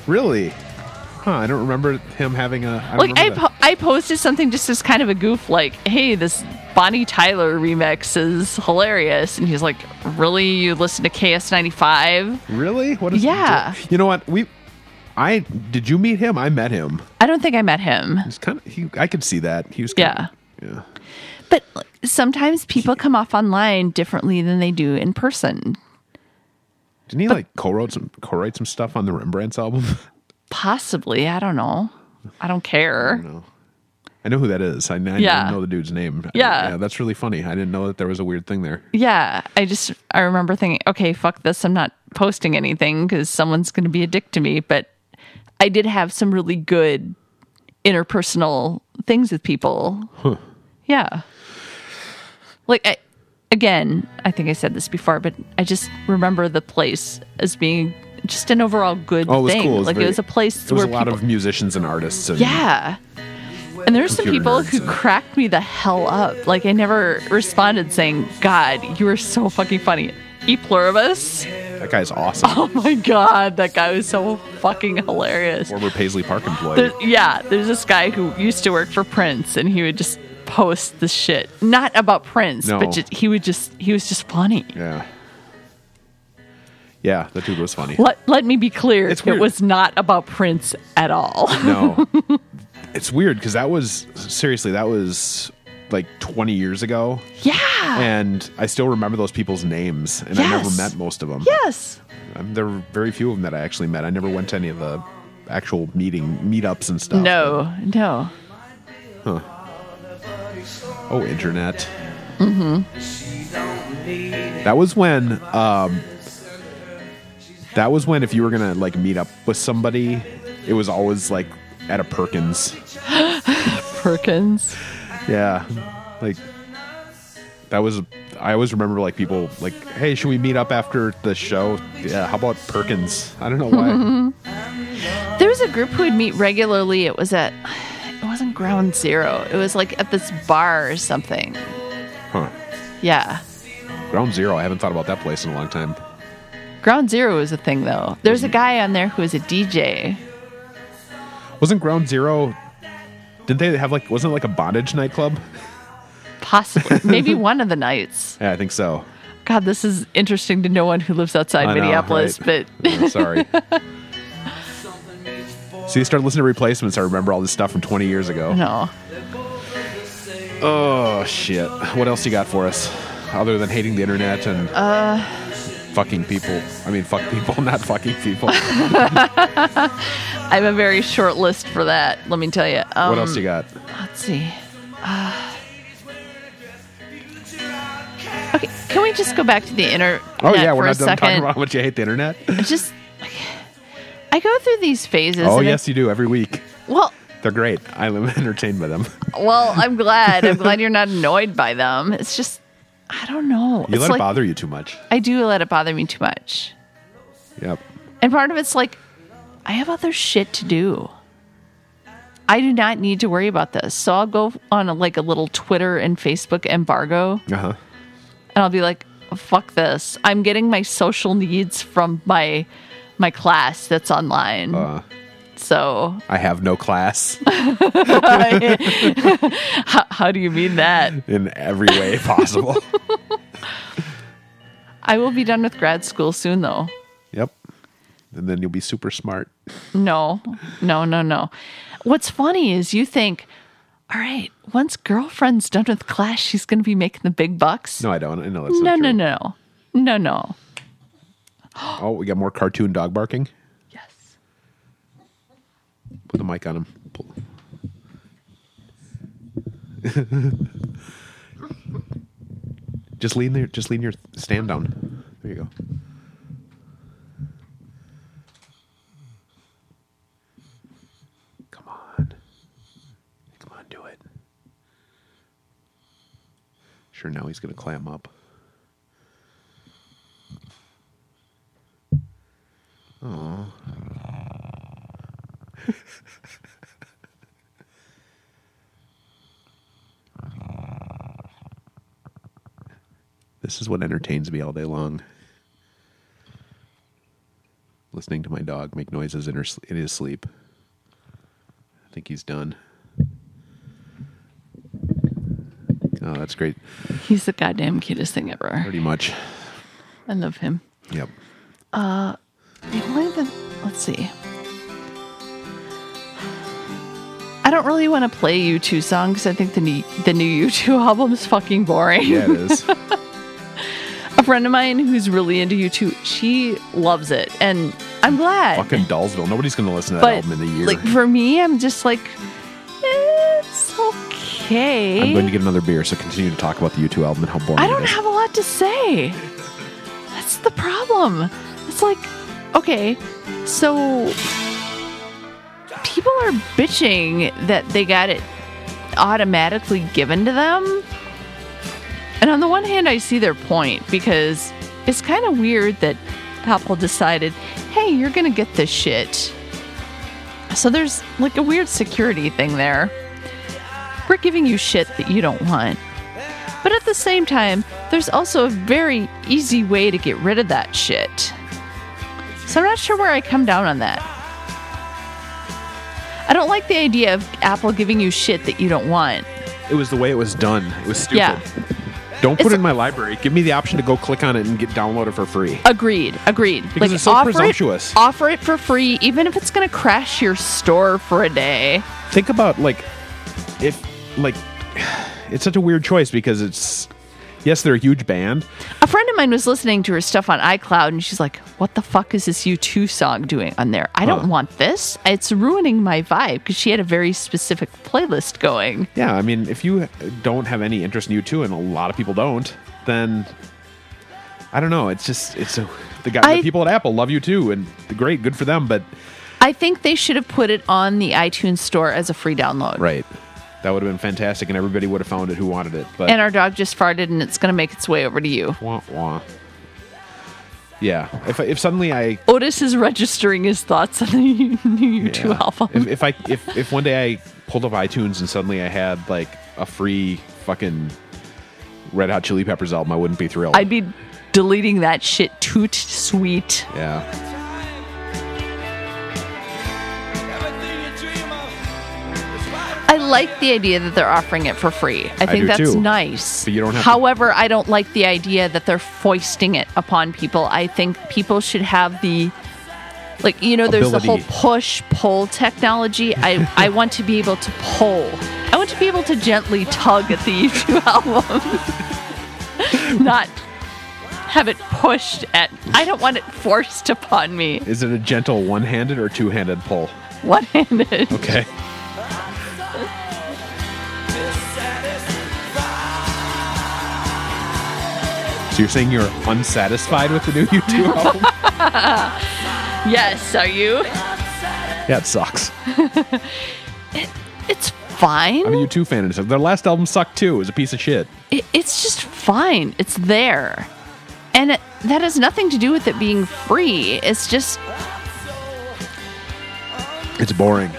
Really? Huh, I don't remember him having a I don't
Like I,
remember that.
po- I posted something just as kind of a goof, like, "Hey, this Bonnie Tyler remix is hilarious," and he's like, "Really? You listen to KS95?"
Really? What is
Yeah.
You know what? We I did you meet him? I met him.
I don't think I met him,
He's kind of he I could see that. He was kinda, yeah. Yeah.
but like, sometimes people come off online differently than they do in person.
Didn't he like co-wrote some co-write some stuff on the Rembrandts album?
Possibly, I don't know. I don't care.
I know who that is. I, I
Yeah.
didn't know the dude's name.
Yeah.
yeah, that's really funny. I didn't know that there was a weird thing there.
Yeah, I just I remember thinking, okay, fuck this. I'm not posting anything because someone's going to be a dick to me. But I did have some really good interpersonal things with people. Yeah, like I, again, I think I said this before, but I just remember the place as being just an overall good
Oh, it was
thing.
cool.
like
very-
it was a place
It was
where
a lot
people,
of musicians and artists. And
yeah. And there's some
Computer
people
nerds
who
and-
cracked me the hell up. Like I never responded saying, "God, you were so fucking funny." E pluribus.
that guy's awesome.
Oh my god, that guy was so fucking hilarious.
Former Paisley Park employee.
There, yeah, there's this guy who used to work for Prince, and he would just post the shit, not about Prince,
No.
but just, he would just he was just funny.
Yeah. Yeah, that dude was funny.
Let let me be clear,
It's
it
weird.
was not about Prince at all.
No. it's weird because that was, seriously, that was like 20 years ago.
yeah.
And I still remember those people's names. And I never
Ah. Yes.
met most of them.
Yes.
Um, there were very few of them that I actually met. I never went to any of the actual meeting meetups and stuff.
No. No.
Oh, internet. Mm-hmm. That was when. Um, that was when if you were gonna like meet up with somebody, it was always like at a Perkins.
Perkins.
Yeah, like that was. I always remember like people like, hey, should we meet up after the show? Yeah, how about Perkins? I don't know why.
There was a group who would meet regularly. It was at, it wasn't Ground Zero. It was like at this bar or something.
huh.
Yeah.
Ground Zero. I haven't thought about that place in a long time.
Ground Zero is a thing, though. There's a guy on there who is a DJ.
Wasn't Ground Zero? Didn't they have like? Wasn't it like a bondage nightclub?
Possibly. Maybe one of the nights.
Yeah, I think so.
God, this is interesting to no one who lives outside
I know,
Minneapolis,
right?
but
Yeah, Uh, sorry. See, you start listening to replacements. I remember all this stuff from 20 years ago.
no.
Oh shit! What else you got for us? other than hating the internet and
Uh,
fucking people. I mean, fuck people, not fucking people. what
I have a very short list for that. Let me tell you. Um,
else you got? Oh,
Let's see. Uh, okay, can we just go back to the inner?
Oh yeah, we're
for
not
a
done
second?
talking about how much you hate the internet.
Just, I go through these phases.
oh
and I-
yes, you do every week.
well,
They're great. I'm entertained by them.
well, I'm glad. I'm glad you're not annoyed by them. It's just, I don't know.
You
it's
let
like,
it bother you too much.
I do let it bother me too much,
Yep.
and part of it's like, I have other shit to do. I do not need to worry about this, so I'll go on a, like a little Twitter and Facebook embargo.
Uh huh.
and I'll be like, "Fuck this! I'm getting my social needs from my my class that's online."
Uh,
so,
I have no class
how, how do you mean that?
in every way possible.
I will be done with grad school soon, though.
yep. And then you'll be super smart.
No, no, no, no. What's funny is you think, "All right, once girlfriend's done with class, she's going to be making the big bucks."
No, I don't. I know that's
no,
not
no,
true.
no, no, no.
Oh, we got more cartoon dog barking.
Yes.
Put the mic on him. Pull. just lean there. Just lean your stand down. There you go. Come on. Come on, do it. Sure, now he's going to clam up. This is what entertains me all day long. Listening to my dog make noises in, her, sl- in his sleep. I think he's done. Oh, that's great.
He's the goddamn cutest thing ever.
Pretty much.
I love him.
Yep.
The only the let's see. I don't really want to play U2 song because I think the new, the new U2 album is fucking boring.
Yeah, it is.
A friend of mine who's really into U2, she loves it, and I'm glad.
Fucking Dollsville. Nobody's going to listen to that
but
album in a year.
like for me, I'm just like it's okay.
I'm going to get another beer, so continue to talk about the U2 album and how boring
I don't
it is.
have a lot to say. That's the problem. It's like, okay, so people are bitching that they got it automatically given to them. And on the one hand, I see their point because it's kind of weird that Apple decided, hey, you're going to get this shit. So there's like a weird security thing there. We're giving you shit that you don't want. But at the same time, there's also a very easy way to get rid of that shit. So I'm not sure where I come down on that. I don't like the idea of Apple giving you shit that you don't want.
It was the way it was done. It was stupid.
Yeah.
Don't put
It's-
it in my library. Give me the option to go click on it and get download it for free.
Agreed. Agreed.
Because it's so
offer
presumptuous.
It, offer it for free, even if it's going to crash your store for a day.
think about like if like it's such a weird choice because it's yes they're a huge band
A friend of mine was listening to her stuff on iCloud and she's like, What the fuck is this U2 song doing on there? I don't
Huh.
want this. It's ruining my vibe because she had a very specific playlist going.
yeah i mean if you don't have any interest in u2 and a lot of people don't then i don't know it's just it's a, the guy
I-
the people at apple love you too and great good for them but
I think they should have put it on the iTunes store as a free download.
right that would have been fantastic and everybody would have found it who wanted it but
And our dog just farted and it's going to make its way over to you.
wah, wah. yeah if, if suddenly i
Otis is registering his thoughts on the new U2
Yeah.
album.
If, if I if, if one day I pulled up iTunes and suddenly I had like a free fucking Red Hot Chili Peppers album, I wouldn't be thrilled.
I'd be deleting that shit toot sweet.
yeah,
I like the idea that they're offering it for free. I think
do
that's
too.
nice.
But you don't have to-
However, I don't like the idea that they're foisting it upon people. I think people should have the like you know there's the whole
Ability.
push pull technology. I I want to be able to pull. I want to be able to gently tug at the YouTube album. not have it pushed at. I don't want it forced upon me.
Is it a gentle one-handed or two-handed pull?
One-handed.
Okay. So you're saying you're unsatisfied with the new YouTube album?
Yes, are you?
yeah, it sucks.
It's fine.
I'm a U2 fan. And their last album sucked too. It was a piece of shit.
it, it's just fine. It's there. And it, that has nothing to do with it being free. It's just,
It's boring.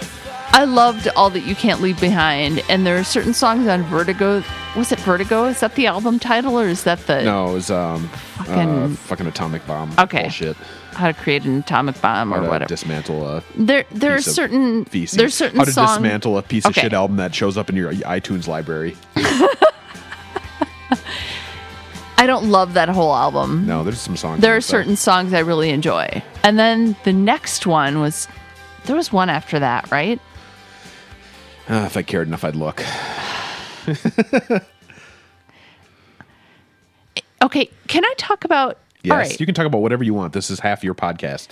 I loved All That You Can't Leave Behind. And there are certain songs on Vertigo. Was it Vertigo? Is that the album title or is that the
No, it was um, fucking,
Fucking-
fucking atomic bomb.
Okay.
Bullshit.
How to Create an Atomic Bomb
How
or
to
whatever?
Dismantle a
there, there are
piece of
certain
feces.
there's certain
How to
song-
dismantle a piece of
Okay.
shit album that shows up in your iTunes library.
I don't love that whole album.
No, there's some songs.
There
on
are
it, though.
certain songs I really enjoy. And then the next one was there was one after that, right?
Uh, if I cared enough, I'd look.
Okay, can I talk about
Yes,
all right.
you can talk about whatever you want. This is half your podcast.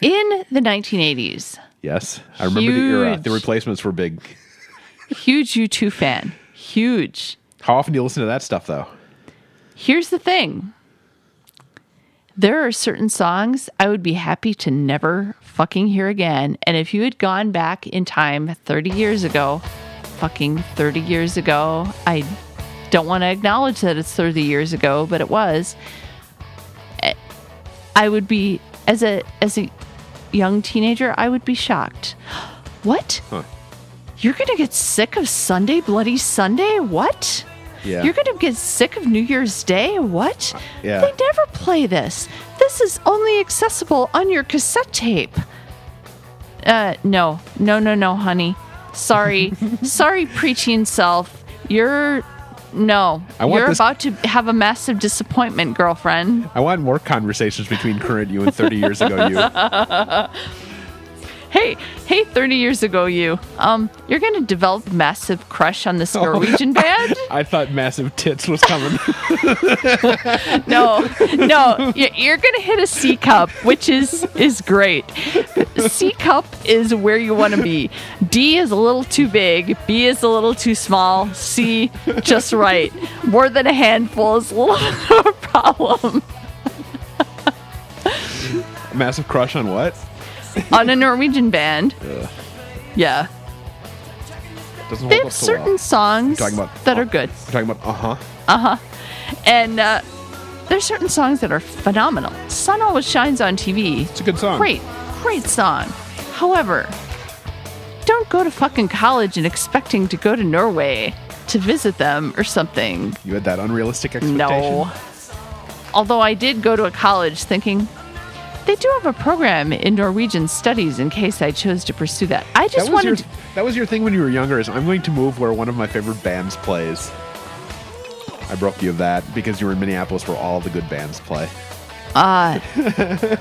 in the 1980s,
Yes, I remember the era.
Huge.
The replacements were big.
huge U2 fan. Huge.
How often do you listen to that stuff, though?
Here's the thing. There are certain songs I would be happy to never fucking hear again. And if you had gone back in time 30 years ago, fucking 30 years ago, I don't want to acknowledge that it's 30 years ago, but it was. I- I would be as a as a young teenager, I would be shocked. What?
Huh.
You're going to get sick of Sunday bloody Sunday? What?
Yeah. Uh,
You're going to get sick of New Year's Day? What?
yeah.
They never play this. This is only accessible on your cassette tape. Uh, no, no, no, no, honey. Sorry, sorry, preteen self. You're no.
I want
You're
this-
about to have a massive disappointment, girlfriend.
I want more conversations between current you and 30 years ago you.
Hey, hey, 30 years ago, you. Um, you're gonna develop massive crush on
Oh.
this Norwegian band.
I thought massive tits was coming.
no, no, y- you're gonna hit a C cup, which is is great. C cup is where you want to be. D is a little too big. B is a little too small. C just right. More than a handful is a little bit of a problem
massive crush on what?
on a Norwegian band. Yeah,
Doesn't hold
they
up
have
so
certain
well.
songs
Talking about- oh,
that are good,
Talking about uh huh.
and uh, there's certain songs that are phenomenal. Sun always shines on TV.
It's a good song.
Great, great song. However, don't go to fucking college and expecting to go to Norway to visit them or something.
You had that unrealistic expectation.
No. Although I did go to a college thinking they do have a program in Norwegian studies in case I chose to pursue that. I
That
just
was, your,
wanted
that was your thing when you were younger is I'm going to move where one of my favorite bands plays. I broke you of that because you were in Minneapolis where all the good bands play.
to Uh,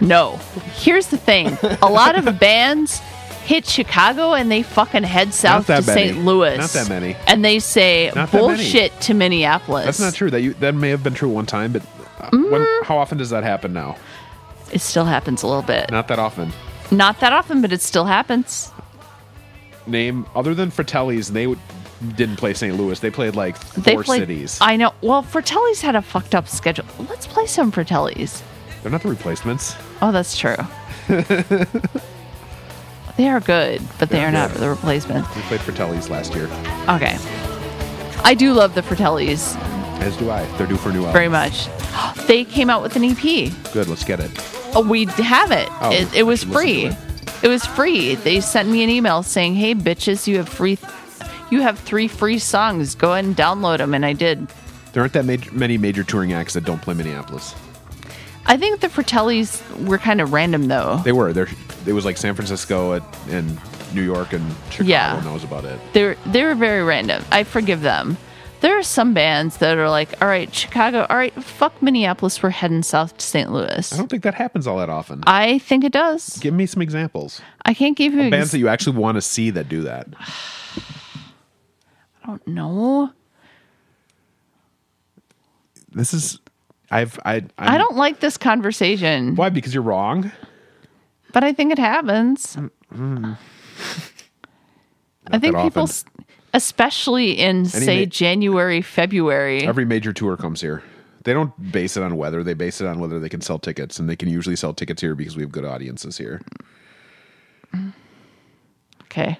No. Here's the thing. A lot of bands hit Chicago and they fucking head south
that
to St.
many.
Louis.
Not that many.
And they say
Not that many.
bullshit to Minneapolis.
That's not true. That you that may have been true one time, but uh, when,
Mm.
how often does that happen now?
It still happens a little bit.
Not that often.
Not that often, but it still happens.
Name other than Fratelli's, they w- didn't play St. Louis. They played like four
They played,
cities.
I know. Well, Fratelli's had a fucked up schedule. Let's play some Fratelli's.
They're not the replacements.
Oh, that's true. they are good, but they are not the replacement.
We played Fratelli's last year,
Okay. I do love the Fratelli's
as do I. They're due for a new album.
very much. They came out with an EP.
Good. Let's get it.
Oh, we have it.
Oh,
it,
I
it was
should listen
free.
to
It.
it.
was free. They sent me an email saying, "Hey, bitches, you have free, you have three free songs. Go ahead and download them." And I did.
There aren't that major, many major touring acts that don't play Minneapolis.
I think the Fratellis were kind of random though.
They were. There. It was like San Francisco at, and New York and Chicago.
Yeah.
and that was about it.
They were, they were very random. I forgive them. There are some bands that are like, all right, Chicago, all right, fuck Minneapolis, we're heading south to St.
I
Louis.
don't think that happens all that often.
I think it does.
Give me some examples.
I can't give you
Bands
ex-
that you actually want to see that do that.
no.
This is I've I
I
I'm-
don't like this conversation,
why because you're wrong.
but I think it happens.
Mm,
I think
that
people,
often.
s especially in say
ma-
January, February,
Every major tour comes here. They don't base it on weather. They base it on whether they can sell tickets, and they can usually sell tickets here because we have good audiences here.
okay,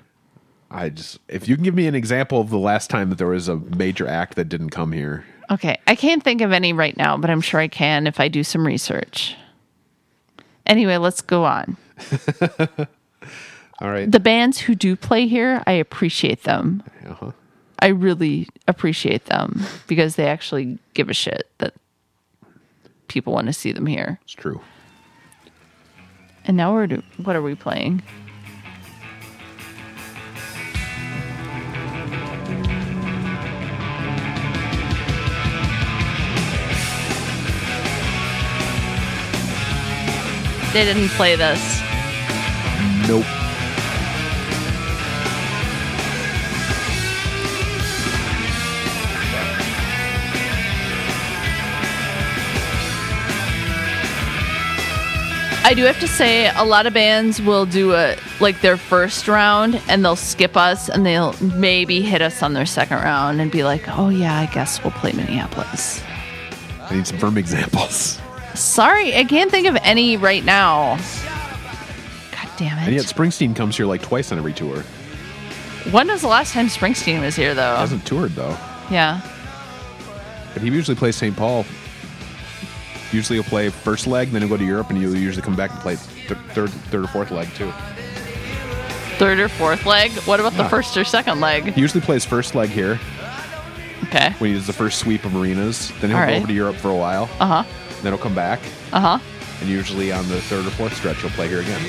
I just if you can give me an example of the last time that there was a major act that didn't come here.
okay. I can't think of any right now, but I'm sure I can if I do some research. Anyway, let's go on.
All right.
The bands who do play here, I appreciate them.
uh-huh.
I really appreciate them because they actually give a shit that people want to see them here.
It's true.
And now we're do- what are we playing? They didn't play this.
Nope.
I do have to say, a lot of bands will do a like their first round, and they'll skip us, and they'll maybe hit us on their second round, and be like, "Oh yeah, I guess we'll play Minneapolis."
I need some firm examples.
Sorry, I can't think of any right now. God damn
And yet
it!
Springsteen comes here like twice on every tour.
When was the last time Springsteen was here, though?
Hasn't toured though.
Yeah,
But he usually plays St. Paul. Usually he'll play first leg, then he'll go to Europe, and he'll usually come back and play th- third, third or fourth leg too.
third or fourth leg. What about the
Huh.
first or second leg?
He usually plays first leg here
Okay.
when he does the first sweep of arenas. Then he'll
All
go
right.
over to Europe for a while.
Uh huh.
Then he'll come back,
Uh huh.
and usually on the third or fourth stretch he'll play here again.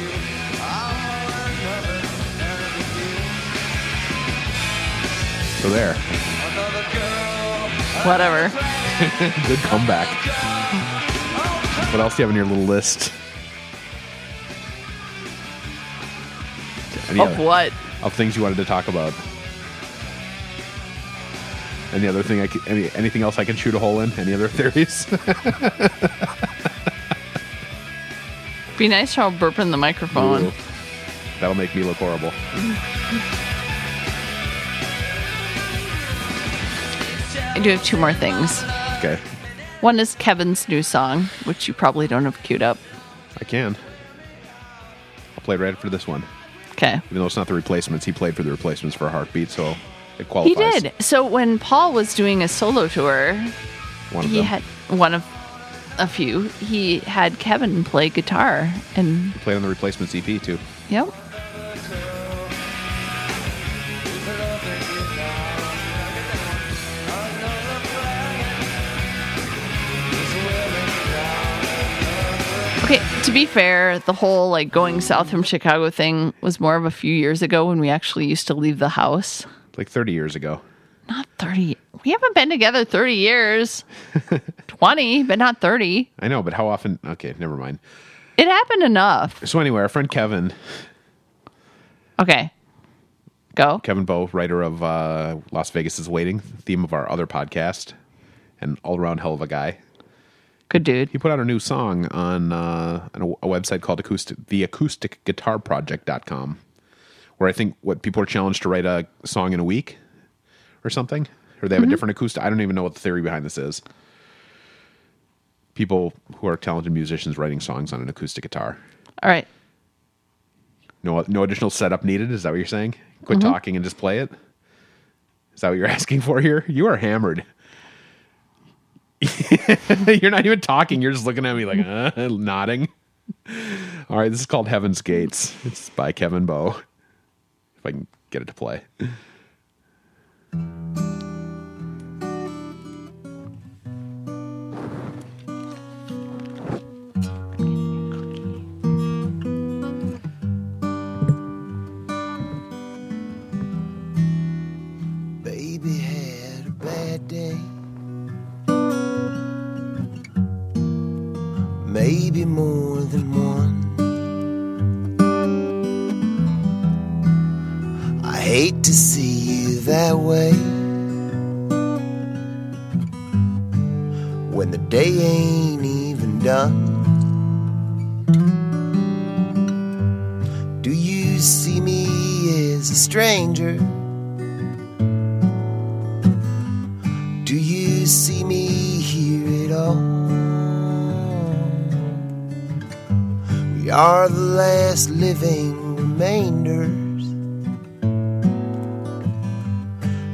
So there,
Whatever.
good comeback. What else do you have on your little list? Any
Of
other-
what?
of things you wanted to talk about. Any other thing I could, any, anything else I can shoot a hole in? Any other theories?
Be nice to all burp in the microphone.
Ooh. That'll make me look horrible.
I do have two more things.
Okay.
One is Kevin's new song, which you probably don't have queued up.
I can. I'll play right after this one.
Okay.
Even though it's not the replacements, he played for the replacements for Heartbeat, so it
He
qualifies.
did. So when Paul was doing a solo tour,
One of
he
them.
had one of a few. He had Kevin play guitar and
He played on the replacements EP too.
yep. Okay, to be fair, the whole like going south from Chicago thing was more of a few years ago when we actually used to leave the house.
Like 30 years ago.
Not 30. We haven't been together 30 years. 20, but not 30.
I know, but how often? Okay, never mind.
It happened enough.
So anyway, our friend Kevin,
Okay. Go.
Kevin Bowe, writer of uh, Las Vegas is Waiting, theme of our other podcast, and all around hell of a guy.
Good dude.
He put out a new song on, uh, on a, a website called acoustic, the acoustic guitar project.com, where I think what people are challenged to write a song in a week or something, or they have a different acoustic. I don't even know what the theory behind this is. People who are talented musicians writing songs on an acoustic guitar.
All right.
No, no additional setup needed. Is that what you're saying? Quit talking and just play it. Is that what you're asking for here? You are hammered. you're not even talking. You're just looking at me like uh, nodding. All right, this is called Heaven's Gates. It's by Kevin Bowe. If I can get it to play.
Baby had a bad day. Maybe more than one. I hate to see you that way. the day ain't even done. Do you see me as a stranger? Do you see me here at all? We are the last living remainders.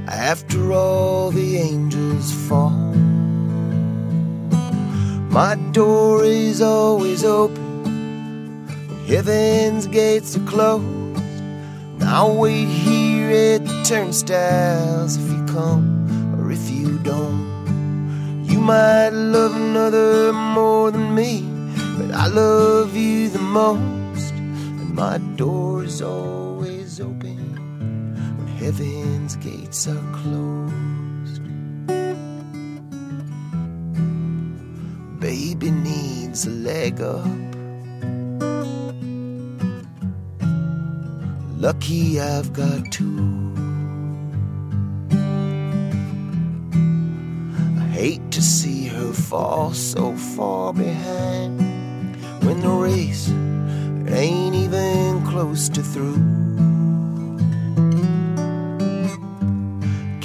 After all the angels fall, my door is always open. When heaven's gates are closed, and I'll wait here at the turnstiles if you come or if you don't. You might love another more than me, but I love you the most, and my door is always open when heaven's gates are closed. Baby needs a leg up. Lucky I've got two. I hate to see her fall so far behind when the race ain't even close to through.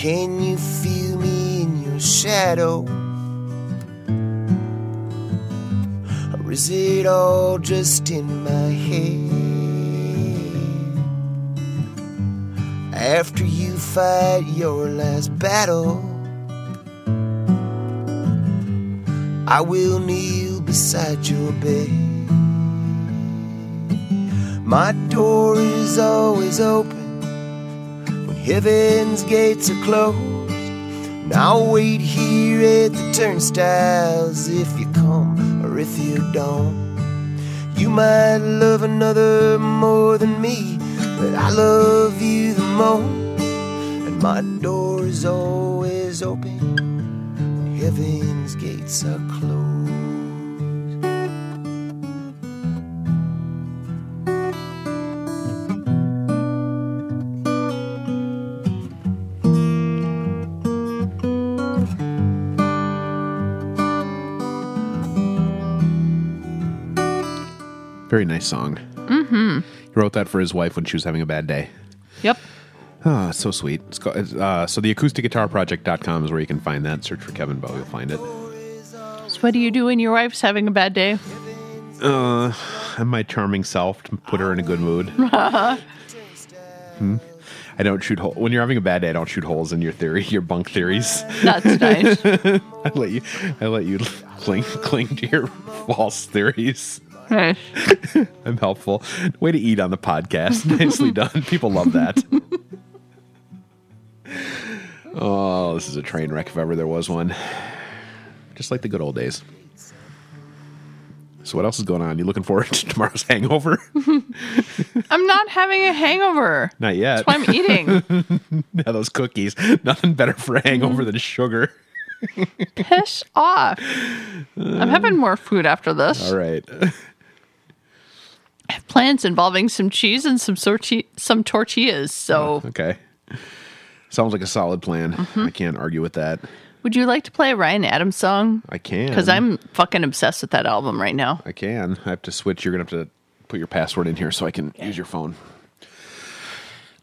Can you feel me in your shadow? Or is it all just in my head? After you fight your last battle, I will kneel beside your bed. My door is always open when heaven's gates are closed. And I'll wait here at the turnstiles if you come or if you don't. You might love another more than me, but I love you the most. And my door is always open when heaven's gates are closed.
Very nice song. Mm-hmm. He wrote that for his wife when she was having a bad day.
Yep.
Ah, so sweet. It's called, it's, uh, so the acousticguitarproject.com is where you can find that. Search for Kevin Bowe, you'll find it.
So what do you do when your wife's having a bad day?
Uh, I'm my charming self to put her in a good mood. Hmm? I don't shoot holes. When you're having a bad day, I don't shoot holes in your theory, your bunk theories.
That's nice.
I let you, I let you cling, cling to your false theories.
nice.
I'm helpful. Way to eat on the podcast. Nicely done. People love that. oh, this is a train wreck if ever there was one. Just like the good old days. So what else is going on? You looking forward to tomorrow's hangover?
I'm not having a hangover.
Not yet.
That's why I'm eating.
Yeah, those cookies. Nothing better for a hangover than sugar.
Pish off. I'm having more food after this.
All right.
I have plans involving some cheese and some sorti- some tortillas. So,
Oh, Okay. Sounds like a solid plan.
Mm-hmm.
I can't argue with that.
would you like to play a Ryan Adams song?
I can.
Because I'm fucking obsessed with that album right now.
I can. I have to switch. You're gonna have to put your password in here so I can use your phone.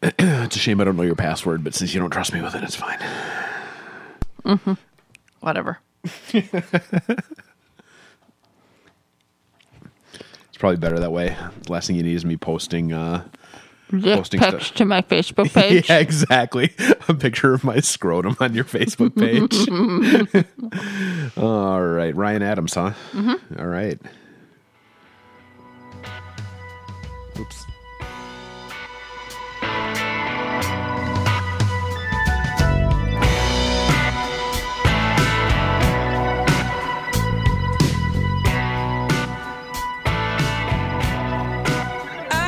it's a shame I don't know your password, but since you don't trust me with it, it's fine.
Whatever.
It's probably better that way. The last thing you need is me posting. uh
Just
Posting stuff.
text to my Facebook page.
Yeah, exactly. A picture of my scrotum on your Facebook page. All right, Ryan Adams, huh? Mm-hmm. right. Oops.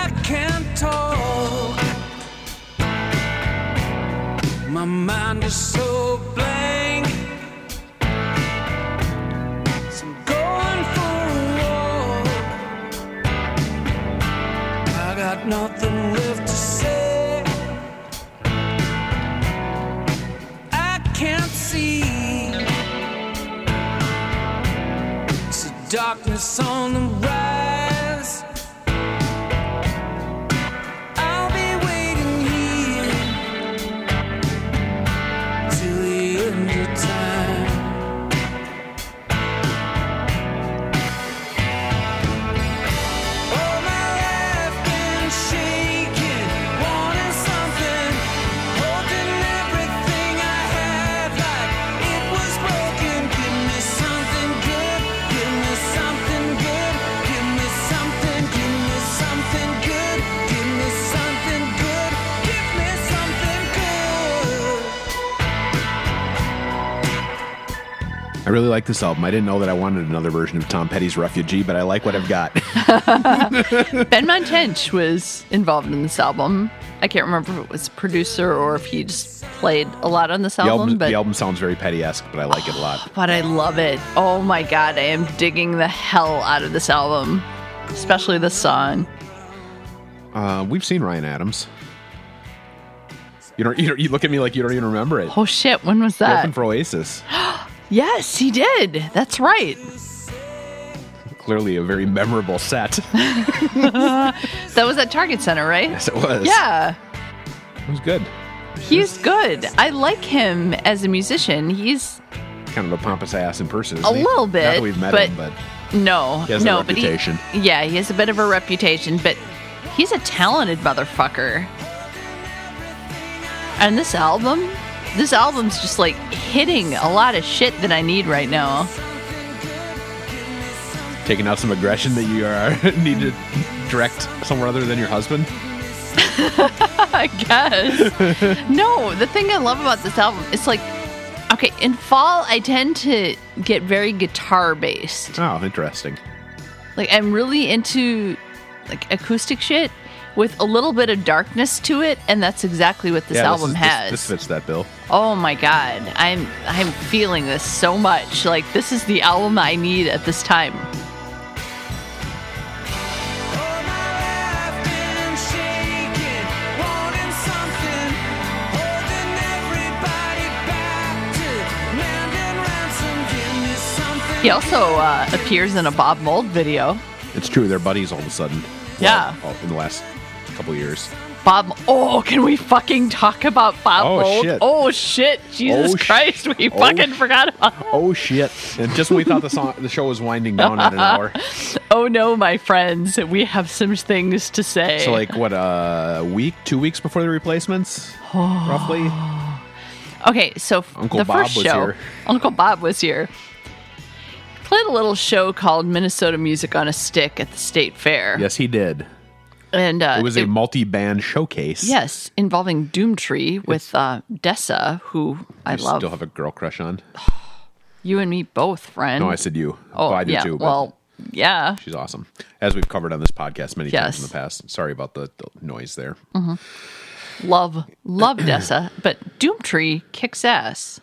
I can't talk. My mind is so blank. So I'm going for a walk. I got nothing left to say. I can't see. darkness on the rise. I'll be waiting here till the end of time. All my life been shaking, wanting something, holding everything I had like it was broken. Give me something good, give me something good, give me something, give me something good, give me something good, give me something good.
I really like this album. I didn't know that I wanted another version of Tom Petty's Refugee, but I like what I've got.
Ben Montench was involved in this album. I can't remember if it was producer or if he just played a lot on this
the,
album,
album,
but
the album sounds very Petty esque, but I like it a lot.
but I love it. Oh my god, I am digging the hell out of this album, especially this song.
Uh, we've seen Ryan Adams. You don't, you don't. You look at me like you don't even remember it.
Oh shit, when was
He
that?
opened for Oasis.
yes, he did. That's right.
Clearly, a very memorable set.
That was at Target Center, right?
Yes, it was.
Yeah.
it was good.
He's good. I like him as a musician. He's
Kind of a pompous ass in person.
A little
Not
bit,
that we've met
but-
him, but
no,
He has a
no,
reputation.
but he, yeah, he has a bit of a reputation, but he's a talented motherfucker. And this album, this album's just like hitting a lot of shit that I need right now.
taking out some aggression that you are need to direct somewhere other than your husband.
I guess. no, the thing I love about this album is like, okay, in fall I tend to get very guitar based.
Oh, interesting.
Like I'm really into like acoustic shit with a little bit of darkness to it, and that's exactly what this
Yeah,
album
is-
has.
This, fits that bill.
oh my god, I'm I'm feeling this so much. Like this is the album I need at this time.
All my life been shaking, wanting something, holding everybody back to demanding ransom. Give me something.
He also uh, appears in a Bob Mold video.
It's true. They're buddies all of a sudden.
Yeah.
Well, in the last couple years.
Bob. Oh, can we fucking talk about Bob
Oh,
Mold?
shit.
Oh shit! Jesus
Oh, sh-
Christ, we
Oh,
fucking forgot about.
Oh shit! And just when we thought the song, the show was winding down at an hour.
Oh no, my friends, we have some things to say.
So like what a week, two weeks before the replacements, roughly.
okay, so f-
Uncle
the
Bob
first
was
show,
here.
Uncle Bob was here. Played a little show called Minnesota Music on a Stick at the State Fair.
Yes, he did.
and uh,
It was a multi-band showcase.
yes involving Doomtree with uh, Dessa, who I
I
love.
still have a girl crush on.
you and me both, friend.
No, I said you.
oh
I do
yeah,
too. But
well, yeah.
she's awesome, as we've covered on this podcast many
Yes. Mm-hmm.
times in the past. Sorry about the, the noise there.
love love Dessa, but Doomtree kicks ass.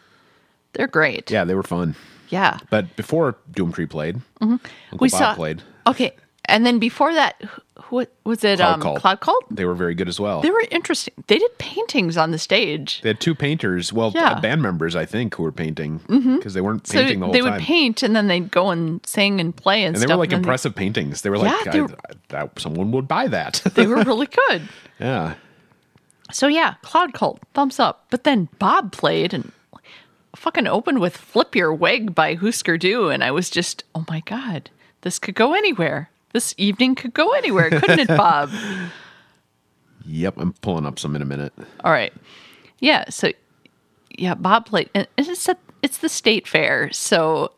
They're great.
Yeah, they were fun.
Yeah.
But before Doomtree played, Uncle
Mm-hmm. we
Bob
saw
played.
Okay, and then before that, who was it?
Cloud
um,
Cult.
Cloud Cult.
They were very good as well.
They were interesting. They did paintings on the stage.
They had two painters, well, uh,
Yeah. Mm-hmm.
band members, I think, who were painting because they weren't
So
painting the whole
they
time.
would paint, and then they'd go and sing and play
and
and,
they
stuff.
were like
and then
impressive paintings. They were like,
Yeah, they
I-
were-
I- that someone would buy that.
They were really good.
yeah,
So yeah, Cloud Cult, thumbs up. But then Bob played and fucking opened with "Flip Your Wig" by Husker Du, and I was just, oh my god, this could go anywhere. This evening could go anywhere, couldn't it, Bob?
yep. I'm pulling up some in a minute.
All right, yeah. So yeah, Bob played, and it's a, it's the state fair, so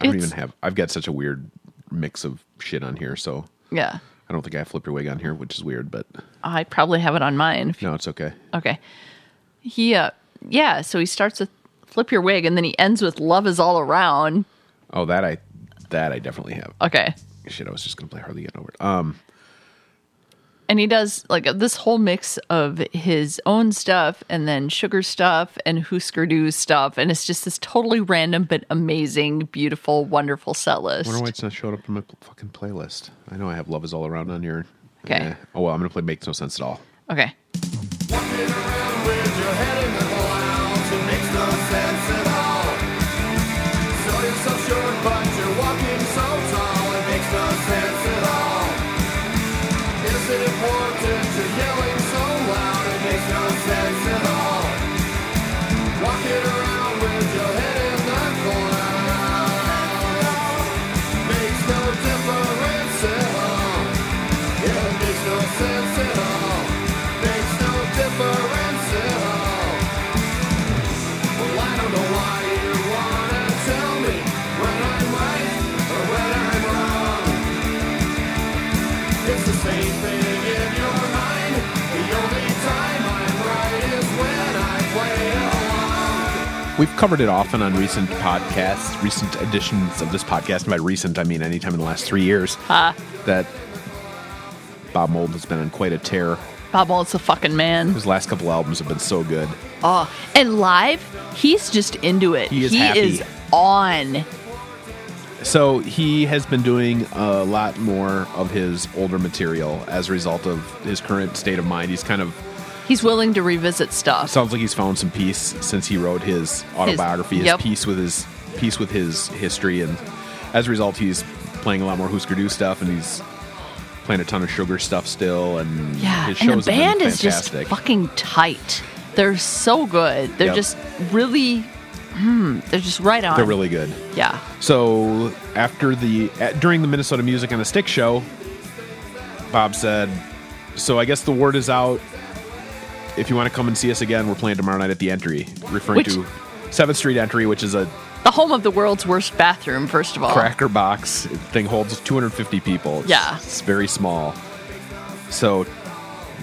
I don't
It's-
even have. I've got such a weird mix of shit on here, so
yeah.
I don't think I flip your wig on here, which is weird, but
I probably have it on mine.
no, it's okay.
Okay. He uh, yeah. So he starts with "Flip Your Wig" and then he ends with "Love Is All Around."
Oh, that I that I definitely have.
Okay.
Shit, I was just gonna play hardly getting over it. Um,
and he does like this whole mix of his own stuff and then sugar stuff and Husker Du stuff, and it's just this totally random but amazing, beautiful, wonderful set list.
wonder why it's not showing up in my pl- fucking playlist. I know I have "Love Is All Around" on here.
Okay.
Eh. Oh well, I'm gonna play "Makes No Sense at All."
Okay,
Makes no sense at all. So you're so sure, but you're walking so
We've covered it often on recent podcasts, recent editions of this podcast. And by recent, I mean anytime in the last three years.
Uh,
That Bob Mold has been on quite a tear.
Bob Mold's a fucking man.
His last couple albums have been so good.
Oh, and live, he's just into it.
He is
he
happy.
is on.
So he has been doing a lot more of his older material as a result of his current state of mind. He's kind of
He's willing to revisit stuff.
sounds like he's found some peace since he wrote his autobiography, his,
yep.
peace with his peace with his history, and as a result, he's playing a lot more Husker Du stuff, and he's playing a ton of Sugar stuff still, and
yeah,
his
and the
shows have
band
been
is just
fantastic.
fucking tight. They're so good. They're
Yep.
just really, hmm, they're just right on.
They're really good.
yeah.
So after the at, during the Minnesota Music on the Stick show, Bob said, "So I guess the word is out. If you want to come and see us again, we're playing tomorrow night at the Entry, referring
Which-
to Seventh Street Entry, which is a
The home of the world's worst bathroom, first of all.
cracker box. It thing holds 250 people. It's-
Um, Yeah.
it's very small. So,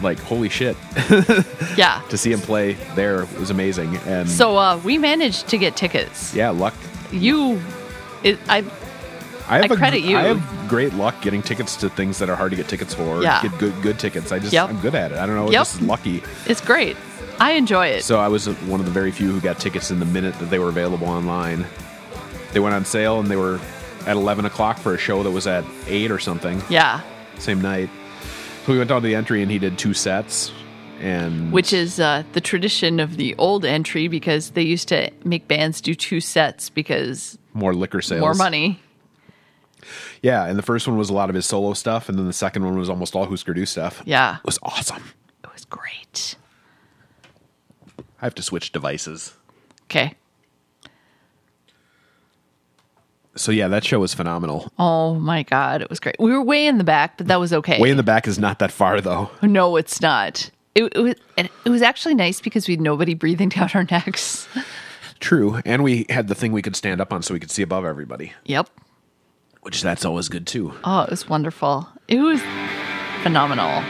like, holy shit,
Yeah.
to see him play there was amazing. And
So uh, we managed to get tickets.
yeah, luck.
You, it, I
I have
I
a-
credit you.
I have great luck getting tickets to things that are hard to get tickets for.
Yeah.
Get good good tickets. I just
Yep.
I'm good at it. I don't know.
Yep.
This is lucky.
It's great. I enjoy it.
So I was one of the very few who got tickets in the minute that they were available online. They went on sale and they were at 11 o'clock for a show that was at eight or something.
yeah,
same night. So we went down to the entry and he did two sets. And
which is uh, the tradition of the old entry because they used to make bands do two sets because
more liquor sales,
more money.
Yeah, and the first one was a lot of his solo stuff, and then the second one was almost all Husker Du stuff.
Yeah,
it was awesome.
it was great.
I have to switch devices.
Okay.
So yeah, that show was phenomenal.
Oh my god, it was great. We were way in the back, but that was okay.
Way in the back is not that far though.
no, it's not. It, it was. and It was actually nice because we had nobody breathing down our necks.
True, and we had the thing we could stand up on, so we could see above everybody,
Yep.
which that's always good too.
Oh, it was wonderful. It was phenomenal.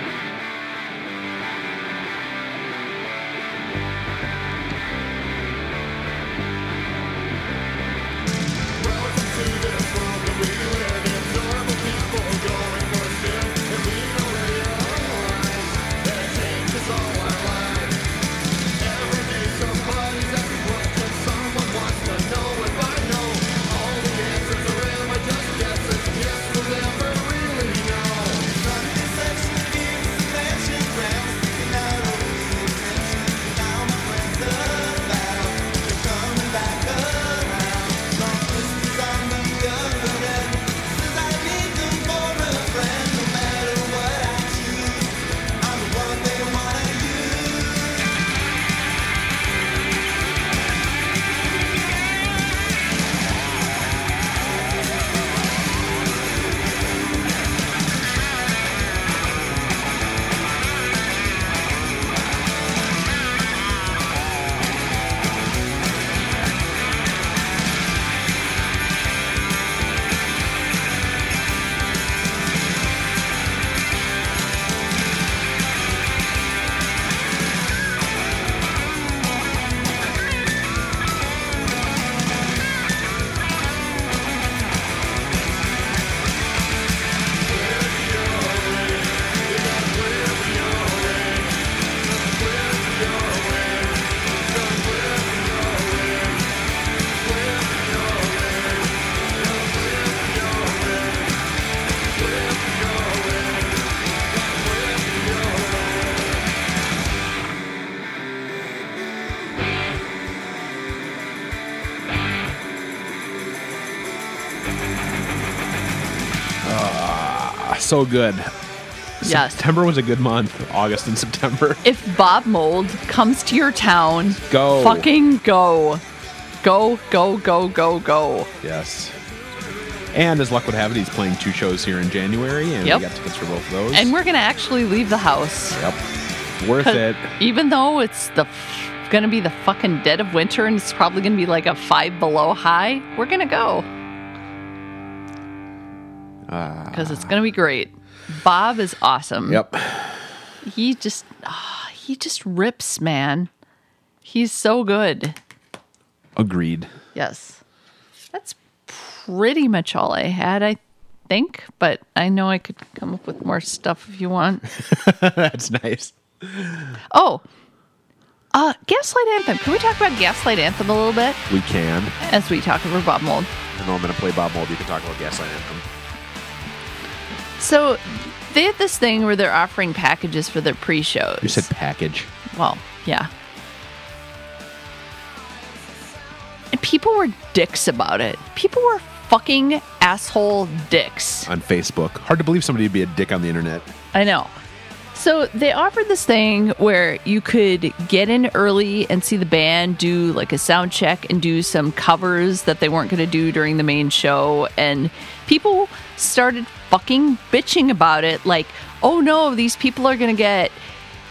So good.
Oh. Yes.
September was a good month. August and September.
if Bob Mold comes to your town,
Go.
fucking go, go, go, go, go, go.
Yes. And as luck would have it, he's playing two shows here in January, and
Yep.
we got tickets for both of those.
And we're gonna actually leave the house,
yep, worth it.
even though it's the f- gonna be the fucking dead of winter and it's probably gonna be like a five below high. We're gonna go because it's gonna be great. Bob is awesome.
Ah. Yep.
He just ah, he just rips, man. He's so good.
Agreed.
Yes. That's pretty much all I had, I think, but I know I could come up with more stuff if you want.
That's nice.
Oh. Uh Gaslight Anthem. Can we talk about Gaslight Anthem a little bit
We can.
as we talk over Bob Mold?
And though I'm going to play Bob Mold, you can talk about Gaslight Anthem.
So they have this thing where they're offering packages for their pre-shows.
You said package.
Well, yeah. And people were dicks about it. People were fucking asshole dicks.
On Facebook. Hard to believe somebody would be a dick on the internet.
I know. So they offered this thing where you could get in early and see the band do like a sound check and do some covers that they weren't going to do during the main show. And people started fucking bitching about it like, oh no, these people are going to get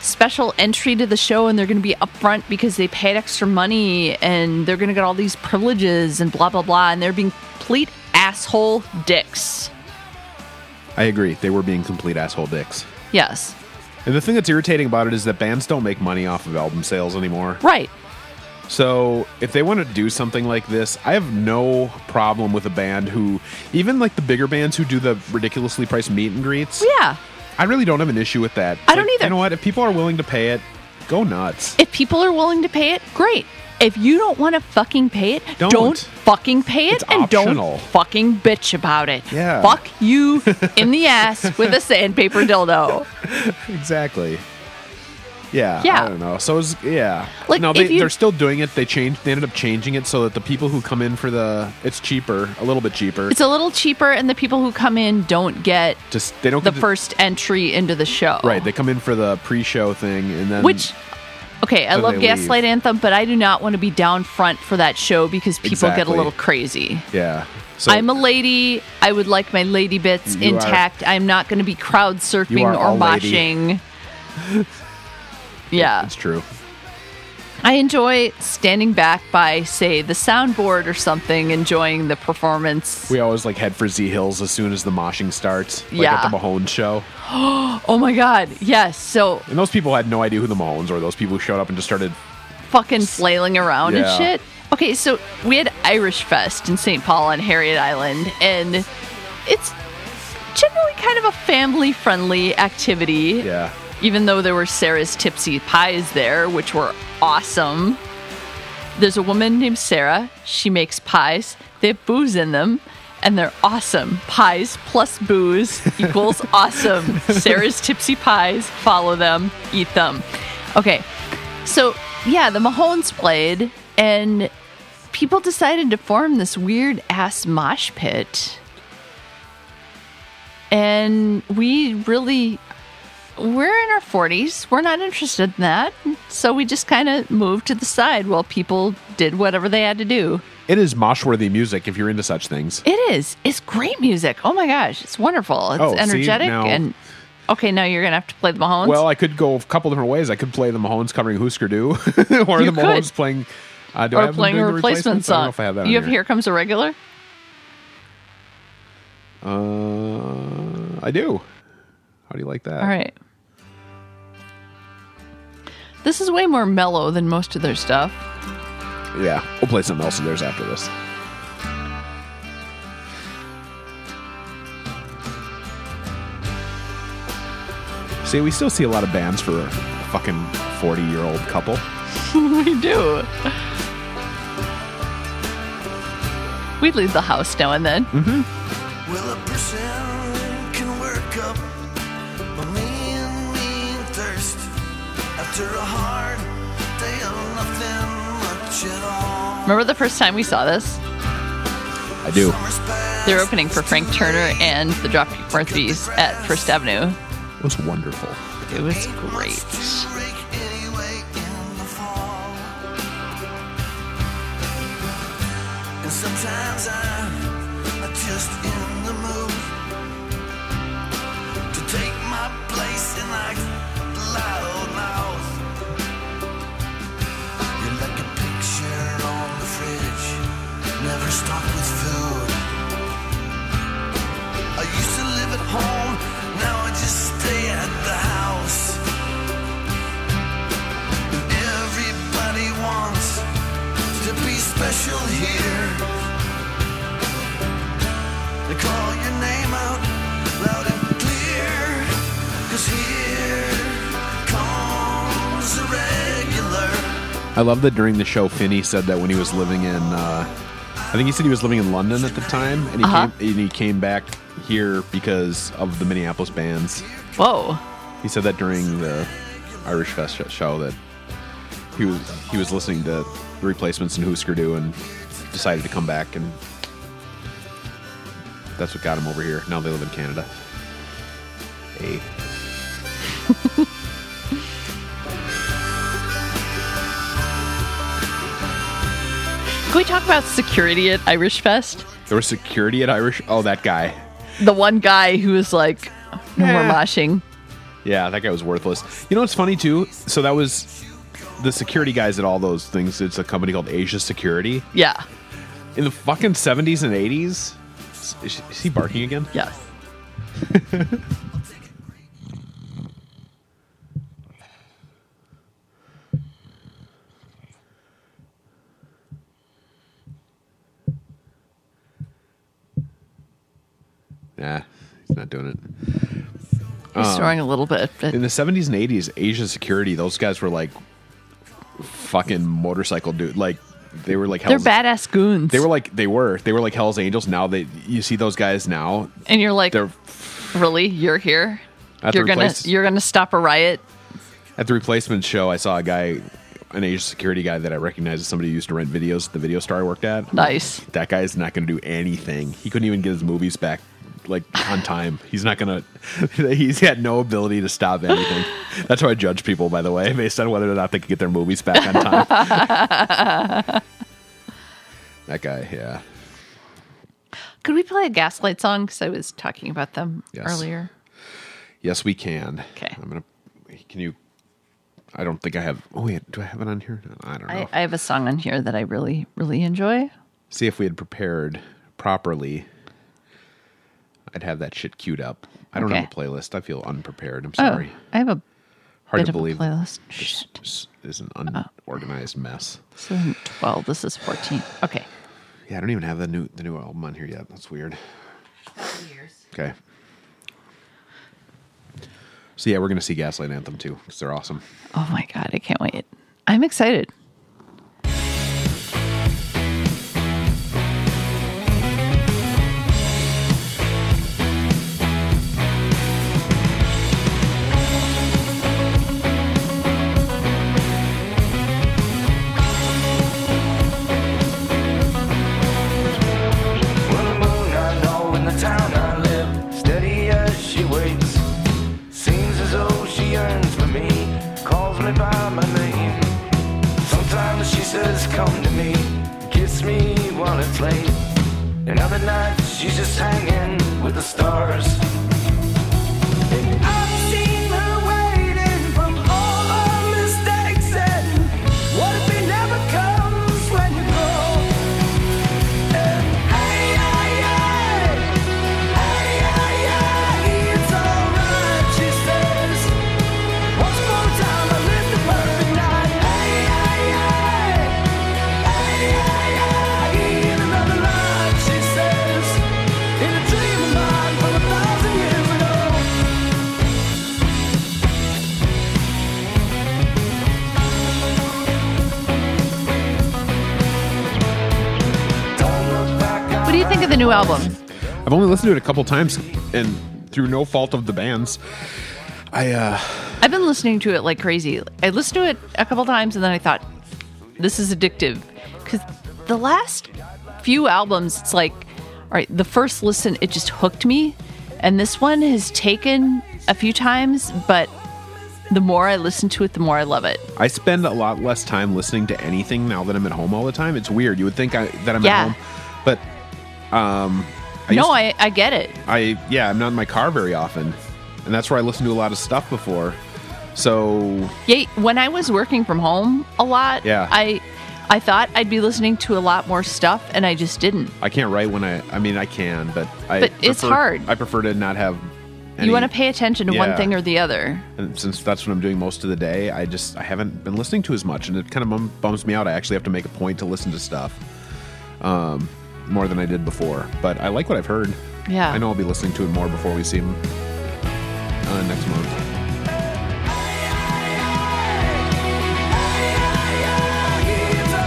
special entry to the show and they're going to be up front because they paid extra money and they're going to get all these privileges and blah, blah, blah. And they're being complete asshole dicks.
I agree. They were being complete asshole dicks.
Yes.
And the thing that's irritating about it is that bands don't make money off of album sales anymore.
Right.
So if they want to do something like this, I have no problem with a band who, even like the bigger bands who do the ridiculously priced meet and greets,
Yeah.
I really don't have an issue with that.
I don't either.
You know what? If people are willing to pay it, go nuts.
If people are willing to pay it, great. If you don't want to fucking pay it,
Don't.
fucking pay it
It's
and
optional.
don't fucking bitch about it.
Yeah.
Fuck you in the ass with a sandpaper dildo.
Exactly. Yeah,
Yeah.
I don't know. So it's yeah.
Like,
no, they,
if you-
they're still doing it. They changed. They ended up changing it so that the people who come in for the it's cheaper, a little bit cheaper.
It's a little cheaper and the people who come in don't get
just they don't
the
get to-
first entry into the show.
right. They come in for the pre-show thing, and then
Which Okay, I
Then
love
they leave.
Gaslight Anthem, but I do not want to be down front for that show because people get a
Exactly.
little crazy.
yeah. So
I'm a lady. I would like my lady bits
You are-
intact. I'm not going to be crowd surfing
You are
or
a lady.
moshing. yeah.
It's true.
I enjoy standing back by, say, the soundboard or something, enjoying the performance.
We always like head for Z Hills as soon as the moshing starts. Like
Yeah.
at the Mahone show.
Oh my God. Yes. So
And those people had no idea who the Mahones were. Those people who showed up and just started
fucking flailing around
Yeah.
and shit. Okay, so we had Irish Fest in St. Paul on Harriet Island, and it's generally kind of a family friendly activity.
Yeah.
even though there were Sarah's Tipsy Pies there, which were awesome. There's a woman named Sarah. She makes pies. They have booze in them, and they're awesome. Pies plus booze equals awesome. Sarah's Tipsy Pies. Follow them, eat them. Okay, so yeah, the Mahones played, and people decided to form this weird ass mosh pit. And we really we're in our 40s. We're not interested in that. So we just kind of moved to the side while people did whatever they had to do.
It is mosh-worthy music if you're into such things.
It is. It's great music. Oh my gosh. It's wonderful. It's
Oh, see,
energetic.
now-
and okay, now you're going to have to play the Mahones.
Well, I could go a couple different ways. I could play the Mahones covering Husker Du, or the
You
Mahones
could.
playing. Uh, do I
or
have them
playing a
doing the
replacement
replacements? I don't know
song.
if I have that.
you
on
have Here Comes a Regular?
Uh, I do. How do you like that?
All right. This is way more mellow than most of their stuff.
Yeah, we'll play something else of theirs after this. See, we still see a lot of bands for a fucking 40 year old couple.
we do. We leave the house now and then.
Hmm?
Well, a person can work up a mean, mean thirst after a hard day of nothing much at all.
Remember the first time we saw this?
I do.
Summer's
They're
past,
opening for Frank Turner and the Dropkick Murphys at First Avenue.
It was wonderful.
It was
ain't much
great.
to break anyway in the fall. And sometimes I'm just in the mood to take my place in like the loud mouth. You're like a picture on the fridge, never stocked with food. I used to live at home, now I just stay at the house. And everybody wants to be special.
special here. They call your name out loud and clear. Cause here comes the regular.
I love that during the show, Finney said that when he was living in, uh, I think he said he was living in London at the time, and he,
Uh-huh.
came, and he came back here because of the Minneapolis bands.
Whoa.
He said that during the Irish Fest sh- show that he was he was listening to the replacements and Husker Du and decided to come back, and that's what got him over here. Now they live in Canada. Hey,
Can we talk about security at Irish Fest?
there was security at Irish. Oh, that guy.
The one guy who was like, no more moshing.
Yeah, that guy was worthless. You know what's funny too? So that was the security guys at all those things. It's a company called Asia Security.
Yeah.
In the fucking seventies and eighties. Is, she- is he barking again?
Yes.
Nah, he's not doing it.
He's snoring a little bit. But
in the 70s Um, and 80s asia security those guys were like fucking motorcycle dude like they were like
they're
hell's,
badass goons.
they were like they were they were like hell's angels now they you see those guys now
and you're like,
they're
really? You're here?
At the
You're gonna
replace-
you're gonna stop a riot?
at the replacement show i saw a guy an asian security guy that i recognized as somebody who used to rent videos at the video store i worked at
Nice.
that guy's not going to do anything he couldn't even get his movies back like on time he's not going to he's had no ability to stop anything that's how i judge people by the way based on whether or not they can get their movies back on time that guy yeah
Could we play a Gaslight song? Because I was talking about them
Yes.
earlier.
yes we can
Okay.
i'm going to can you i don't think i have oh wait do i have it on here i don't know
I, I have a song on here that I really, really enjoy.
see if we had prepared properly i'd have that shit queued up i don't have a
Okay.
playlist i feel unprepared i'm
Oh,
sorry
I have a
hard
bit
to
of a
believe
playlist. Shit.
this is an
Uh.
unorganized mess.
This isn't 12. This is 14. Okay.
Yeah, I don't even have the new the new album on here yet. That's weird. Okay. So yeah, we're gonna see Gaslight Anthem too because they're awesome.
Oh my God. I can't wait. I'm excited.
Well, the moon I know in the town I live, steady as she waits. Seems as though she yearns for me, calls me by my name. Sometimes she says, Come to me, kiss me while it's late. And other nights she's just hanging with the stars. I've seen her waiting from all our mistakes, and what if it never comes when you go?
What do you think of the new album?
I've only listened to it a couple times, and through no fault of the bands, I uh
I've been listening to it like crazy. I listened to it a couple times and then I thought, this is addictive. Because the last few albums, it's like, all right, the first listen, it just hooked me. And this one has taken a few times, but the more I listen to it, the more I love it.
I spend a lot less time listening to anything now that I'm at home all the time. It's weird. You would think I, that I'm
Yeah.
at home, but um, I
no,
used-
I, I get it.
I yeah, I'm not in my car very often, and that's where I listened to a lot of stuff before. So
Yeah, when I was working from home a lot,
Yeah.
I I thought I'd be listening to a lot more stuff and I just didn't.
I can't write when I. I mean, I can, but I.
But it's hard.
I prefer to not have
you
any-
want to pay attention to one
Yeah.
thing or the other.
And since that's what I'm doing most of the day, I just I haven't been listening to as much, and it kind of bum, bums me out. I actually have to make a point to listen to stuff um, more than I did before. But I like what I've heard.
Yeah.
I know I'll be listening to it more before we see him uh, next month.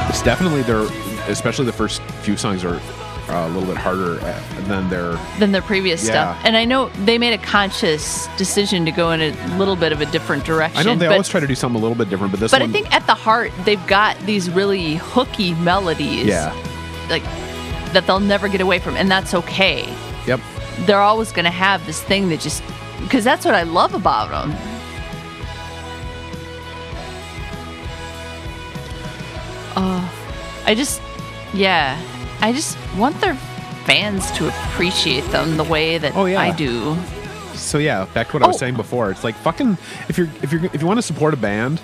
It's definitely their, especially the first few songs are uh, a little bit harder uh, than their
than their previous
Yeah.
stuff. And I know they made a conscious decision to go in a little bit of a different direction.
I know they
but,
always try to do something a little bit different, but this
but I
one,
think at the heart, they've got these really hooky melodies.
yeah,
Like that they'll never get away from. And that's okay.
yep,
They're always going to have this thing that just, because that's what I love about them. Oh, I just, yeah. I just want their fans to appreciate them the way that
Oh, yeah.
I do.
So yeah, back to what I was
Oh.
saying before. It's like fucking if you're if you're if you want to support a band,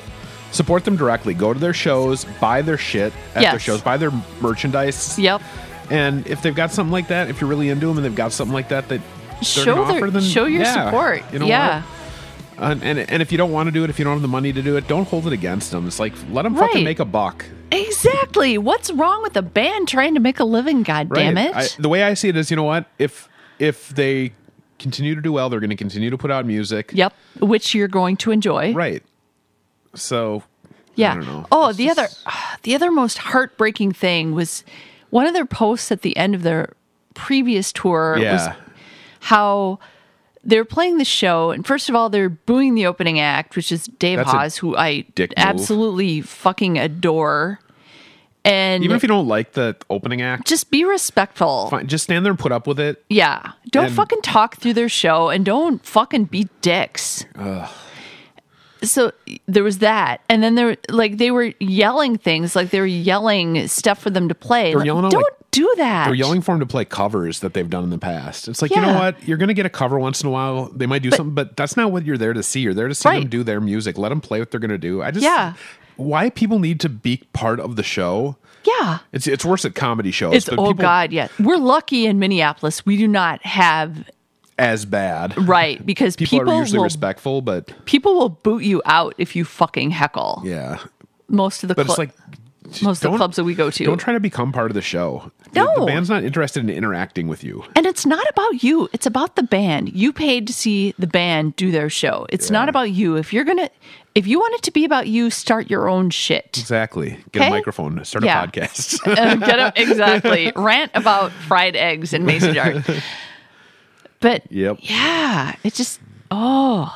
support them directly. Go to their shows, buy their shit at their
Yes.
shows, buy their merchandise.
Yep.
And if they've got something like that, if you're really into them and they've got something like that that they're
Show
gonna
their-
offer, then
show your
yeah,
support.
You know
Yeah.
what? And, and and if you don't want to do it, if you don't have the money to do it, don't hold it against them. It's like let them
Right.
fucking make a buck.
Exactly. What's wrong with a band trying to make a living? God damn it!
I, the way I see it is, you know what? If if they continue to do well, they're going to continue to put out music.
yep. Which you're going to enjoy.
Right. So
Yeah.
I don't know.
Oh,
It's
the
just-
other, the other most heartbreaking thing was one of their posts at the end of their previous tour was
yeah.
how they're playing the show, and first of all, they're booing the opening act, which is Dave
That's a
Hawes, who I
dick move.
absolutely fucking adore. And
Even if you don't like the opening act,
just be respectful.
fine, just stand there and put up with it.
Yeah. Don't
And-
fucking talk through their show and don't fucking be dicks. So there was that. And then there like they were yelling things, like they were yelling stuff for them to play.
were
Like,
yelling out,
don't
like-
do that.
They're yelling for him to play covers that they've done in the past. It's like, you
Yeah.
know what? You're going to get a cover once in a while. They might do something, but that's not what you're there to see. You're there to see
Right.
them do their music. Let them play what they're going to do. I just,
Yeah.
why people need to be part of the show.
Yeah.
It's it's worse at comedy shows.
It's
but
oh
Oh, people-
god, yeah. We're lucky in Minneapolis. We do not have
as bad.
right because
People,
people,
are usually
will
respectful, but
people will boot you out if you fucking heckle.
yeah.
Most of the
But
clu-
it's like just
most of the
don't-
clubs that we go to.
Don't try to become part of the show. The-
No.
the band's not interested in interacting with you.
And it's not about you. It's about the band. You paid to see the band do their show. It's not about you. If you're going to, if you want it to be about you, start your own shit.
Exactly. Get
Okay?
a microphone. Start
Yeah.
a podcast.
Uh, Get up, exactly. Rant about fried eggs and mason jars. But
Yep.
yeah, it just, oh,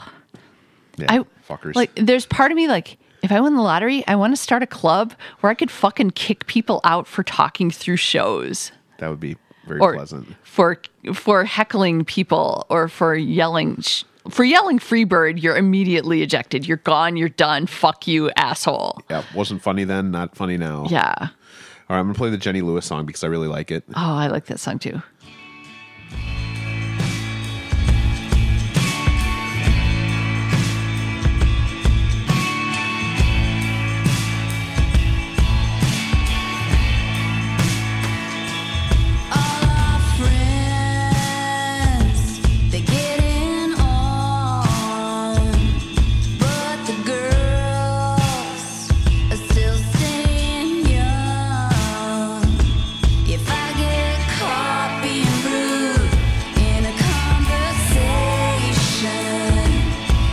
Yeah,
I,
fuckers.
like, there's part of me like, if I win the lottery, I want to start a club where I could fucking kick people out for talking through shows.
that would be very pleasant.
for for heckling people or for yelling sh- for yelling freebird you're immediately ejected you're gone you're done fuck you asshole
Yeah, wasn't funny then, not funny now.
yeah
All right, I'm gonna play the Jenny Lewis song because I really like it.
oh i like that song too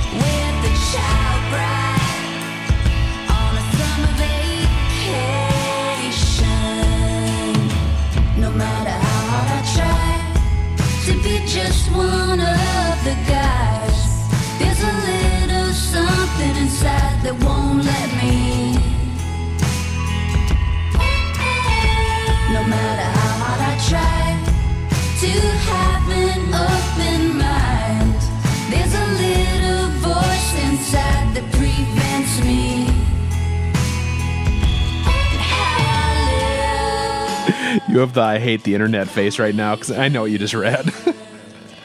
Child bride on a summer vacation. No matter how hard I try to be just one of the guys, there's a little something inside that won't let me. No matter how hard I try to have an open mind, there's a little voice inside that prevents me. How I live.
You have the I hate the internet face right now because I know what you just read.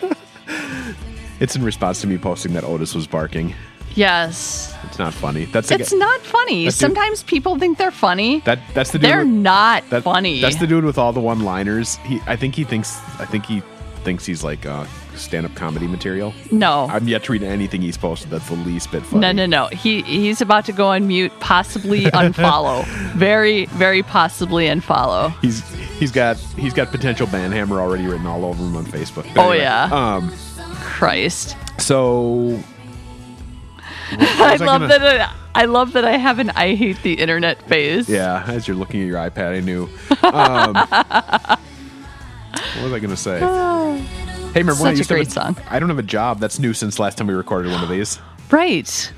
it's in response to me posting that Otis was barking.
yes
It's not funny. That's the
it's
guy-
not funny
That's the-
sometimes people think they're funny
that that's the dude.
they're
with-
not
that-
funny
That's the dude with all the one liners. He I think he thinks I think he thinks he's like uh stand-up comedy material.
No.
I've yet to read anything he's posted that's the least bit funny.
No, no, no. He he's about to go on mute, possibly unfollow. very, very possibly unfollow.
He's he's got he's got potential banhammer already written all over him on Facebook. But
Oh
anyway,
yeah.
Um.
Christ.
So
I
was I
love
gonna-
that I, I love that I have an I hate the internet phase.
yeah, as you're looking at your iPad, I knew. Um, what was I gonna say? Hey, remember when I
Such a
used to have
great song.
I don't have a job. That's new since last time we recorded one of these.
Right.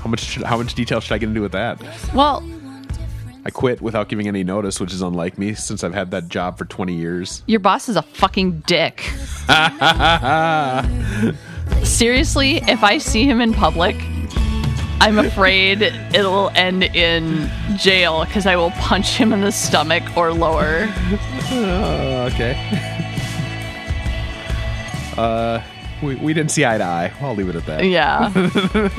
How much should, how much detail should I get into with that?
Well,
I quit without giving any notice, which is unlike me since I've had that job for 20 years.
your boss is a fucking dick. Seriously, if I see him in public, I'm afraid it'll end in jail because I will punch him in the stomach or lower.
Uh, okay. uh, we, we didn't see eye to eye. I'll leave it at that.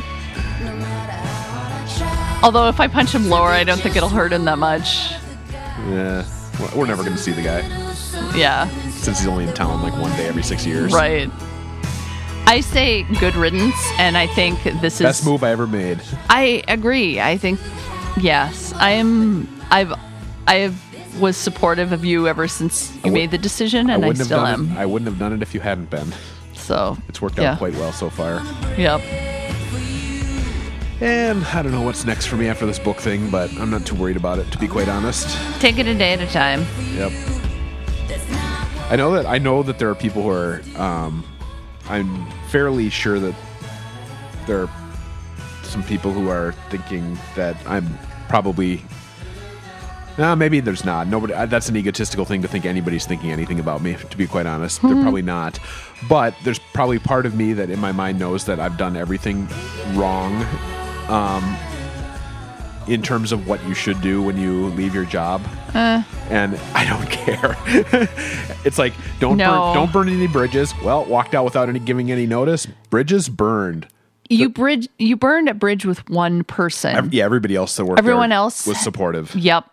Yeah. Although if I punch him lower, I don't think it'll hurt him that much.
Yeah. We're- We're never going to see the guy
Yeah.
since he's only in town like one day every six years.
Right. I say good riddance, and I think this is.
Best move I ever made.
I agree. I think yes. I am. I've. I have was supportive of you ever since you
would-
made the decision, and I,
wouldn't have
still
done
am.
It, I wouldn't have done it if you hadn't been.
so
It's worked
yeah.
out quite well so far.
Yep.
And I don't know what's next for me after this book thing, but I'm not too worried about it, to be quite honest.
Take it a day at a time.
Yep. I know that I know that there are people who are. Um, I'm fairly sure that there are some people who are thinking that I'm probably. Nah, maybe there's not. Nobody. I- That's an egotistical thing to think anybody's thinking anything about me. To be quite honest, they're probably not. But there's probably part of me that in my mind knows that I've done everything wrong um, in terms of what you should do when you leave your job. And I don't care. it's like don't
No.
burn, don't burn any bridges. Well, walked out without any giving any notice. Bridges burned.
You bridge. You burned a bridge with one person.
Ev- yeah, everybody else that worked.
Everyone
there
else-
was supportive.
Yep.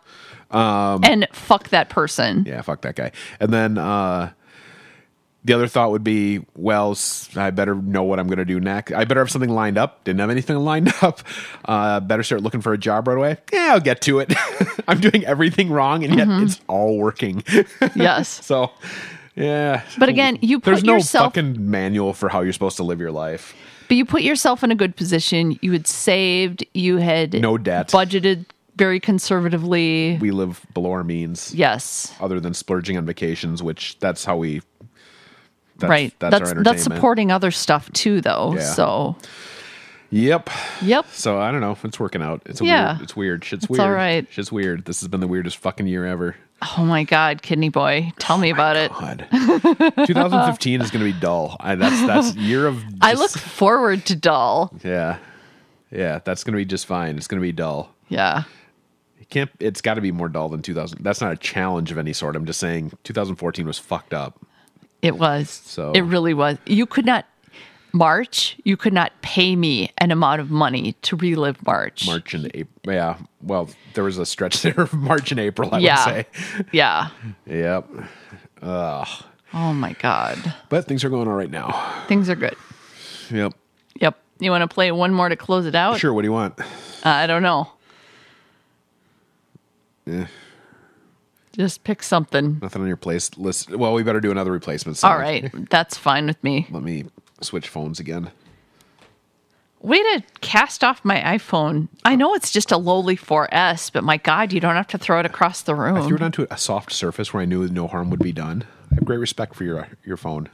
and fuck that person.
Um, Yeah, fuck that guy. And then uh, the other thought would be, well, s- I better know what I'm going to do next. I better have something lined up. Didn't have anything lined up. Uh, better start looking for a job right away. Yeah, I'll get to it. I'm doing everything wrong, and yet
Mm-hmm.
it's all working.
Yes.
So, yeah.
But again, you put
There's no
yourself-
fucking manual for how you're supposed to live your life.
But you put yourself in a good position. You had saved. You had
No debt.
Budgeted very conservatively.
We live below our means,
yes.
other than splurging on vacations, which that's how we. That's,
right.
That's,
that's
our
that's
entertainment.
supporting other stuff too, though.
Yeah.
So
Yep.
yep.
So I don't know. It's working out. It's a
Yeah.
weird. It's weird. Shit's
It's
weird.
all right.
Shit's weird. This has been the weirdest fucking year ever.
Oh my God, kidney boy, tell me about it.
God. 2015 is going to be dull. I, that's that's year of.
I look
just-
forward to dull.
Yeah. Yeah. That's going to be just fine. It's going to be dull.
Yeah.
It can't. It's got to be more dull than 2000. That's not a challenge of any sort. I'm just saying 2014 was fucked up.
It was.
So-
it really was. You could not March. You could not pay me an amount of money to relive March.
March and April. Yeah. Well, there was a stretch there of March and April. I
yeah.
would
Yeah.
say. Yep.
Oh my God.
But things are going all right now.
Things are good.
Yep.
Yep. You want to play one more to close it out?
Sure. What do you want?
Uh, I don't know. Just pick something.
Eh, Nothing on your place list. Well, we better do another replacement. song.
All right. That's fine with me.
Let me switch phones again.
Way to cast off my iPhone. I know it's just a lowly 4S, but my God, you don't have to throw it across the room.
I threw it onto a soft surface where I knew no harm would be done. I have great respect for your your phone.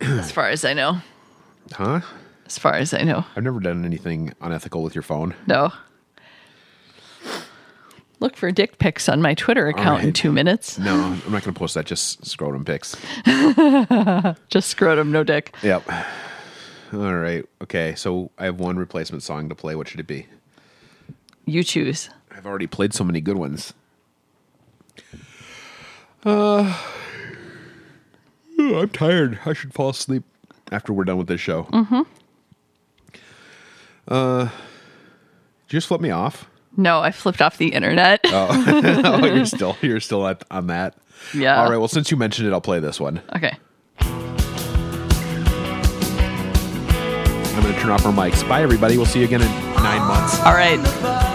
as far as I know.
Huh?
As far as I know.
I've never done anything unethical with your phone.
No. Look for dick pics on my Twitter account in
right.
two minutes.
No, I'm not going to post that. Just scrotum pics.
Just scrotum, no dick.
Yep. All right. Okay. So I have one replacement song to play. What should it be?
You choose.
I've already played so many good ones. Uh, I'm tired. I should fall asleep after we're done with this show. Mm-hmm. Uh, did you just flip me off?
No, I flipped off the internet.
oh, you're still you're still at, on that.
Yeah.
All right. Well, since you mentioned it, I'll play this one.
Okay.
turn off our mics. Bye, everybody. We'll see you again in nine months.
All right.
Bye.